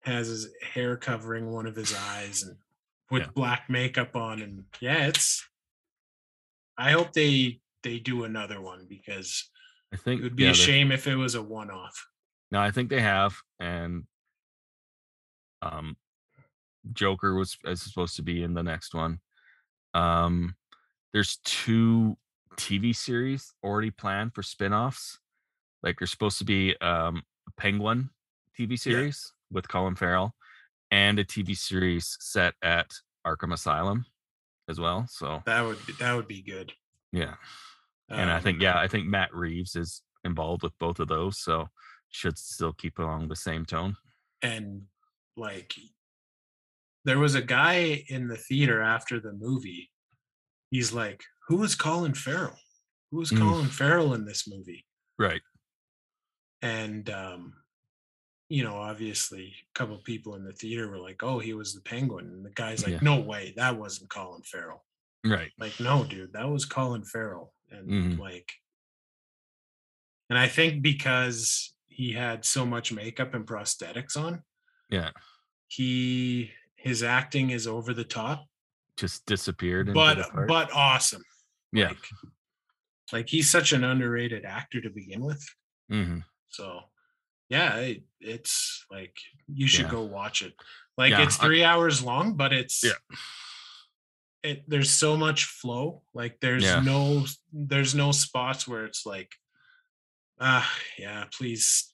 Speaker 6: has his hair covering one of his eyes and with
Speaker 5: Yeah.
Speaker 6: black makeup on and yeah it's i hope they they do another one because
Speaker 5: I
Speaker 6: it
Speaker 5: think
Speaker 6: would be
Speaker 5: yeah,
Speaker 6: a
Speaker 5: they're-
Speaker 6: shame if it was a one-off
Speaker 5: No, I think they have. And um Joker was is supposed to be in the next one. Um there's two TV series already planned for spin-offs. Like there's supposed to be um a Penguin TV series with Colin Farrell and a TV series set at Arkham Asylum as well. So
Speaker 6: that would be that would be good
Speaker 5: yeah. And I
Speaker 6: Um,
Speaker 5: think yeah, I think Matt Reeves is involved with both of those. So should still keep along the same tone.
Speaker 6: and like there was a guy in the theater after the movie he's like who is colin farrell who is
Speaker 5: Mm.
Speaker 6: colin farrell in this movie
Speaker 5: Right.
Speaker 6: and um you know obviously a couple people in the theater were like oh he was the penguin and the guy's like
Speaker 5: Yeah.
Speaker 6: no way that wasn't colin farrell
Speaker 5: Right.
Speaker 6: like no dude that was colin farrell and
Speaker 5: Mhm.
Speaker 6: like and i think because he had so much makeup and prosthetics on
Speaker 5: Yeah.
Speaker 6: he his acting is over the top
Speaker 5: Just disappeared. into
Speaker 6: but uh,
Speaker 5: the part.
Speaker 6: but awesome
Speaker 5: yeah.
Speaker 6: like, like he's such an underrated actor to begin with
Speaker 5: hmm
Speaker 6: so yeah it, it's like you should
Speaker 5: Yeah.
Speaker 6: go watch it like
Speaker 5: Yeah,
Speaker 6: it's
Speaker 5: I-
Speaker 6: three hours long but it's
Speaker 5: Yeah.
Speaker 6: it there's so much flow like there's
Speaker 5: Yeah.
Speaker 6: no there's no spots where it's like ah yeah please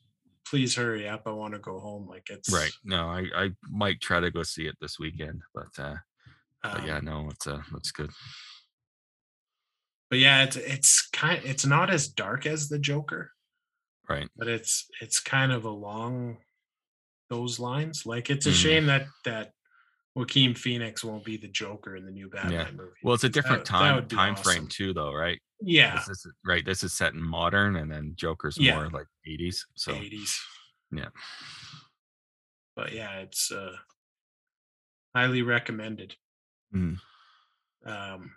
Speaker 6: please hurry up i want to go home like it's
Speaker 5: Right. No, I I might try to go see it this weekend, but uh, but
Speaker 6: um,
Speaker 5: yeah, no, it's uh, looks good.
Speaker 6: but yeah it's it's kind it's not as dark as the joker
Speaker 5: Right.
Speaker 6: but it's it's kind of along those lines like it's a
Speaker 5: Mhm.
Speaker 6: shame that that Joaquin Phoenix won't be the Joker in the new Batman movie.
Speaker 5: Well, it's a different
Speaker 6: that
Speaker 5: time
Speaker 6: would be
Speaker 5: time frame
Speaker 6: awesome.
Speaker 5: too, though, right?
Speaker 6: yeah,
Speaker 5: This is right. This is set in modern, and then Joker's
Speaker 6: Yeah.
Speaker 5: more like eighties. So
Speaker 6: 80s.
Speaker 5: yeah.
Speaker 6: But yeah, it's uh highly recommended.
Speaker 5: Mm.
Speaker 6: Um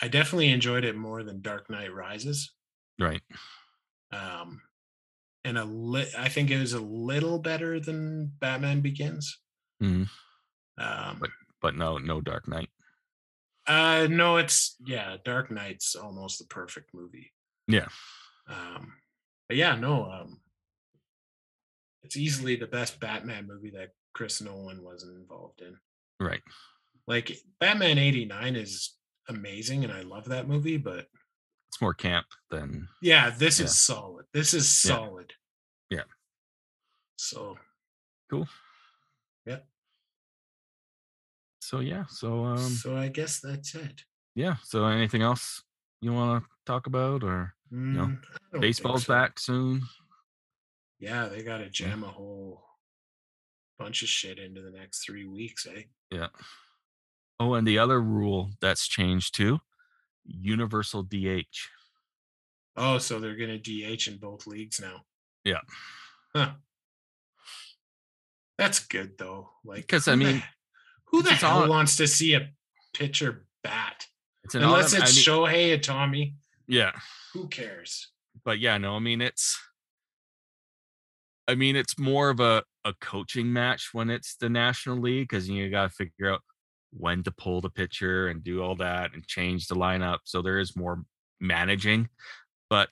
Speaker 6: I definitely enjoyed it more than Dark Knight Rises.
Speaker 5: right.
Speaker 6: Um and a lit I think it was a little better than Batman Begins.
Speaker 5: Mhm.
Speaker 6: Um
Speaker 5: But no, no Dark Knight.
Speaker 6: Uh, no, it's yeah, Dark Knight's almost the perfect movie.
Speaker 5: Yeah.
Speaker 6: Um, but yeah, no, um, it's easily the best Batman movie that Chris Nolan wasn't involved in.
Speaker 5: Right.
Speaker 6: Like Batman '89 is amazing, and I love that movie. But
Speaker 5: It's more camp than
Speaker 6: yeah, this
Speaker 5: Yeah.
Speaker 6: is solid. This is
Speaker 5: Yeah.
Speaker 6: solid.
Speaker 5: Yeah.
Speaker 6: So
Speaker 5: Cool.
Speaker 6: Yeah.
Speaker 5: So yeah. So um
Speaker 6: so I guess that's it.
Speaker 5: yeah. So anything else you want to talk about or
Speaker 6: Mm, I don't think
Speaker 5: baseball's
Speaker 6: so.
Speaker 5: back soon?
Speaker 6: Yeah, they got to jam a whole bunch of shit into the next three weeks, eh?
Speaker 5: Yeah. Oh, and the other rule that's changed too, universal DH.
Speaker 6: Oh, so they're going to DH in both leagues now.
Speaker 5: Yeah.
Speaker 6: Huh. That's good though. Like,
Speaker 5: 'Cause, I
Speaker 6: who the
Speaker 5: mean,
Speaker 6: he- who the
Speaker 5: it's
Speaker 6: hell
Speaker 5: all-
Speaker 6: wants to see a pitcher bat?
Speaker 5: It's an
Speaker 6: Unless
Speaker 5: autom- I
Speaker 6: it's
Speaker 5: mean-
Speaker 6: Shohei Tommy.
Speaker 5: yeah.
Speaker 6: Who cares?
Speaker 5: but yeah, no, I mean it's I mean it's more of a, a coaching match when it's the national league because you gotta figure out when to pull the pitcher and do all that and change the lineup. So there is more managing, but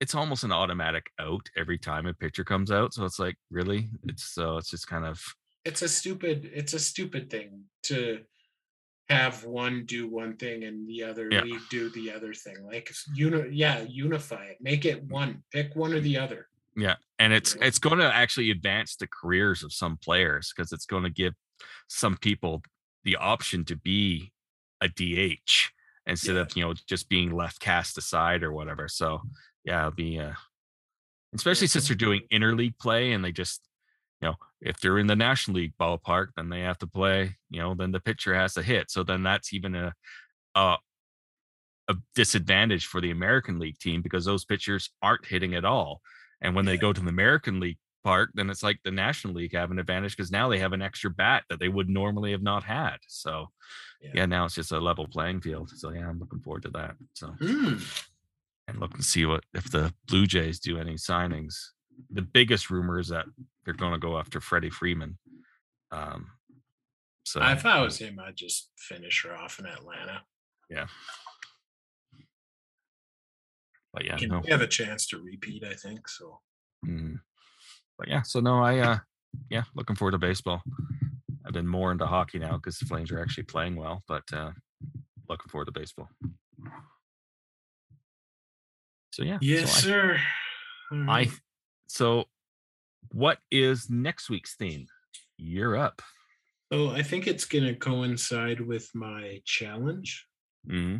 Speaker 5: it's almost an automatic out every time a pitcher comes out. So it's like, really? It's so it's just kind of
Speaker 6: It's a stupid. It's a stupid thing to have one do one thing and the other
Speaker 5: Yeah.
Speaker 6: league do the other thing. Like, you know, yeah, unify it. Make it one. Pick one or the other.
Speaker 5: and it's
Speaker 6: Yeah.
Speaker 5: it's going to actually advance the careers of some players because it's going to give some people the option to be a DH instead
Speaker 6: Yeah. Mm-hmm.
Speaker 5: of you know just being left cast aside or whatever. So yeah, it'll be uh, especially since they're doing interleague play and they just you know if they're in the National League ballpark then they have to play you know then the pitcher has to hit. So then that's even a a, a disadvantage for the American League team because those pitchers aren't hitting at all. And when they go to the American League park, then it's like the National League have an advantage because now they have an extra bat that they would normally have not had. So
Speaker 6: Yeah.
Speaker 5: yeah, now it's just a level playing field. So yeah, I'm looking forward to that. So
Speaker 6: Hmm.
Speaker 5: and look to see what if the Blue Jays do any signings. The biggest rumor is that they're gonna go after Freddie Freeman. Um so
Speaker 6: I If I was him, I'd just finish her off in Atlanta.
Speaker 5: but yeah,
Speaker 6: Can-
Speaker 5: no.
Speaker 6: We have a chance to repeat, I think. So
Speaker 5: Mm. But yeah, so no, I uh yeah, looking forward to baseball. I've been more into hockey now because the Flames are actually playing well, but uh looking forward to baseball. So yeah.
Speaker 6: yes,
Speaker 5: so
Speaker 6: sir.
Speaker 5: I, I so what is next week's theme? You're up.
Speaker 6: So Oh, I think it's going to coincide with my challenge.
Speaker 5: Mm-hmm.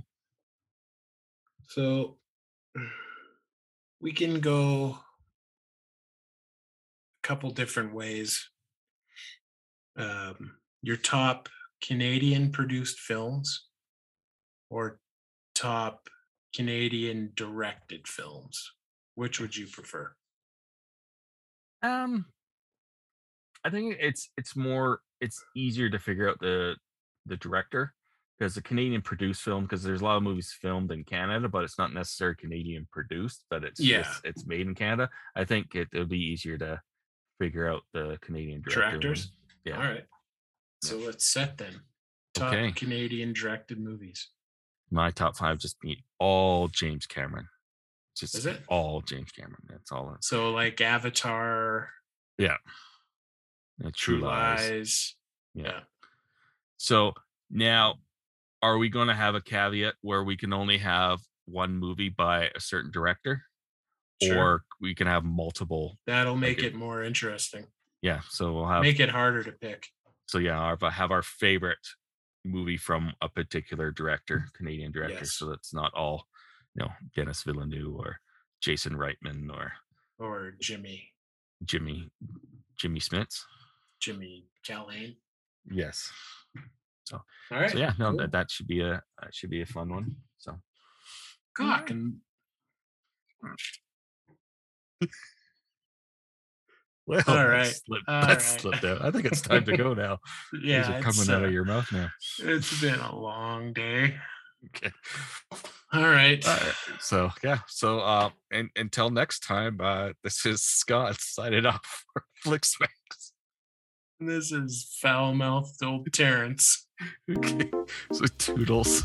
Speaker 6: So we can go a couple different ways. Um, your top Canadian produced films or top Canadian directed films. Which would you prefer?
Speaker 5: Um, I think it's it's more it's easier to figure out the the director because the Canadian produced film because there's a lot of movies filmed in Canada, but it's not necessarily Canadian produced, but it's
Speaker 6: Yeah.
Speaker 5: just- it's made in Canada. I think it it'll be easier to figure out the Canadian director.
Speaker 6: Directors?
Speaker 5: Yeah.
Speaker 6: All right. So let's set them. Top
Speaker 5: Okay.
Speaker 6: Canadian directed movies.
Speaker 5: My top five just be all James Cameron. Just
Speaker 6: Is it?
Speaker 5: all James Cameron. That's all. It's
Speaker 6: So like Avatar,
Speaker 5: uh,
Speaker 6: True,
Speaker 5: True
Speaker 6: Lies.
Speaker 5: Lies.
Speaker 6: Yeah.
Speaker 5: Yeah. So now, are we going to have a caveat where we can only have one movie by a certain director,
Speaker 6: Sure.
Speaker 5: or we can have multiple?
Speaker 6: That'll make
Speaker 5: Okay.
Speaker 6: it more interesting.
Speaker 5: Yeah. So we'll have.
Speaker 6: Make it harder to pick.
Speaker 5: so yeah, our, have our favorite movie from a particular director, Canadian director.
Speaker 6: Yes.
Speaker 5: So that's not all, you know, Dennis Villeneuve or Jason Reitman or
Speaker 6: Or Jimmy,
Speaker 5: Jimmy Jimmy Smits.
Speaker 6: Jimmy Callahan.
Speaker 5: Yes.
Speaker 6: All right.
Speaker 5: So yeah, no,
Speaker 6: cool.
Speaker 5: that, that should be a that should be a fun one. So
Speaker 6: cock and
Speaker 5: well,
Speaker 6: All
Speaker 5: <laughs> that
Speaker 6: right.
Speaker 5: slipped-
Speaker 6: All
Speaker 5: that
Speaker 6: right.
Speaker 5: slipped out. I think it's time <laughs> to go now. These
Speaker 6: yeah,
Speaker 5: are
Speaker 6: it's,
Speaker 5: coming out
Speaker 6: uh,
Speaker 5: of your mouth now.
Speaker 6: it's been a long day.
Speaker 5: <laughs> Okay.
Speaker 6: All right.
Speaker 5: All right. So yeah. So uh, and until next time, uh, this is Scott <laughs> signing off for Flixmax. <laughs>
Speaker 6: This is foul mouthed old Terrence.
Speaker 5: Okay. So toodles.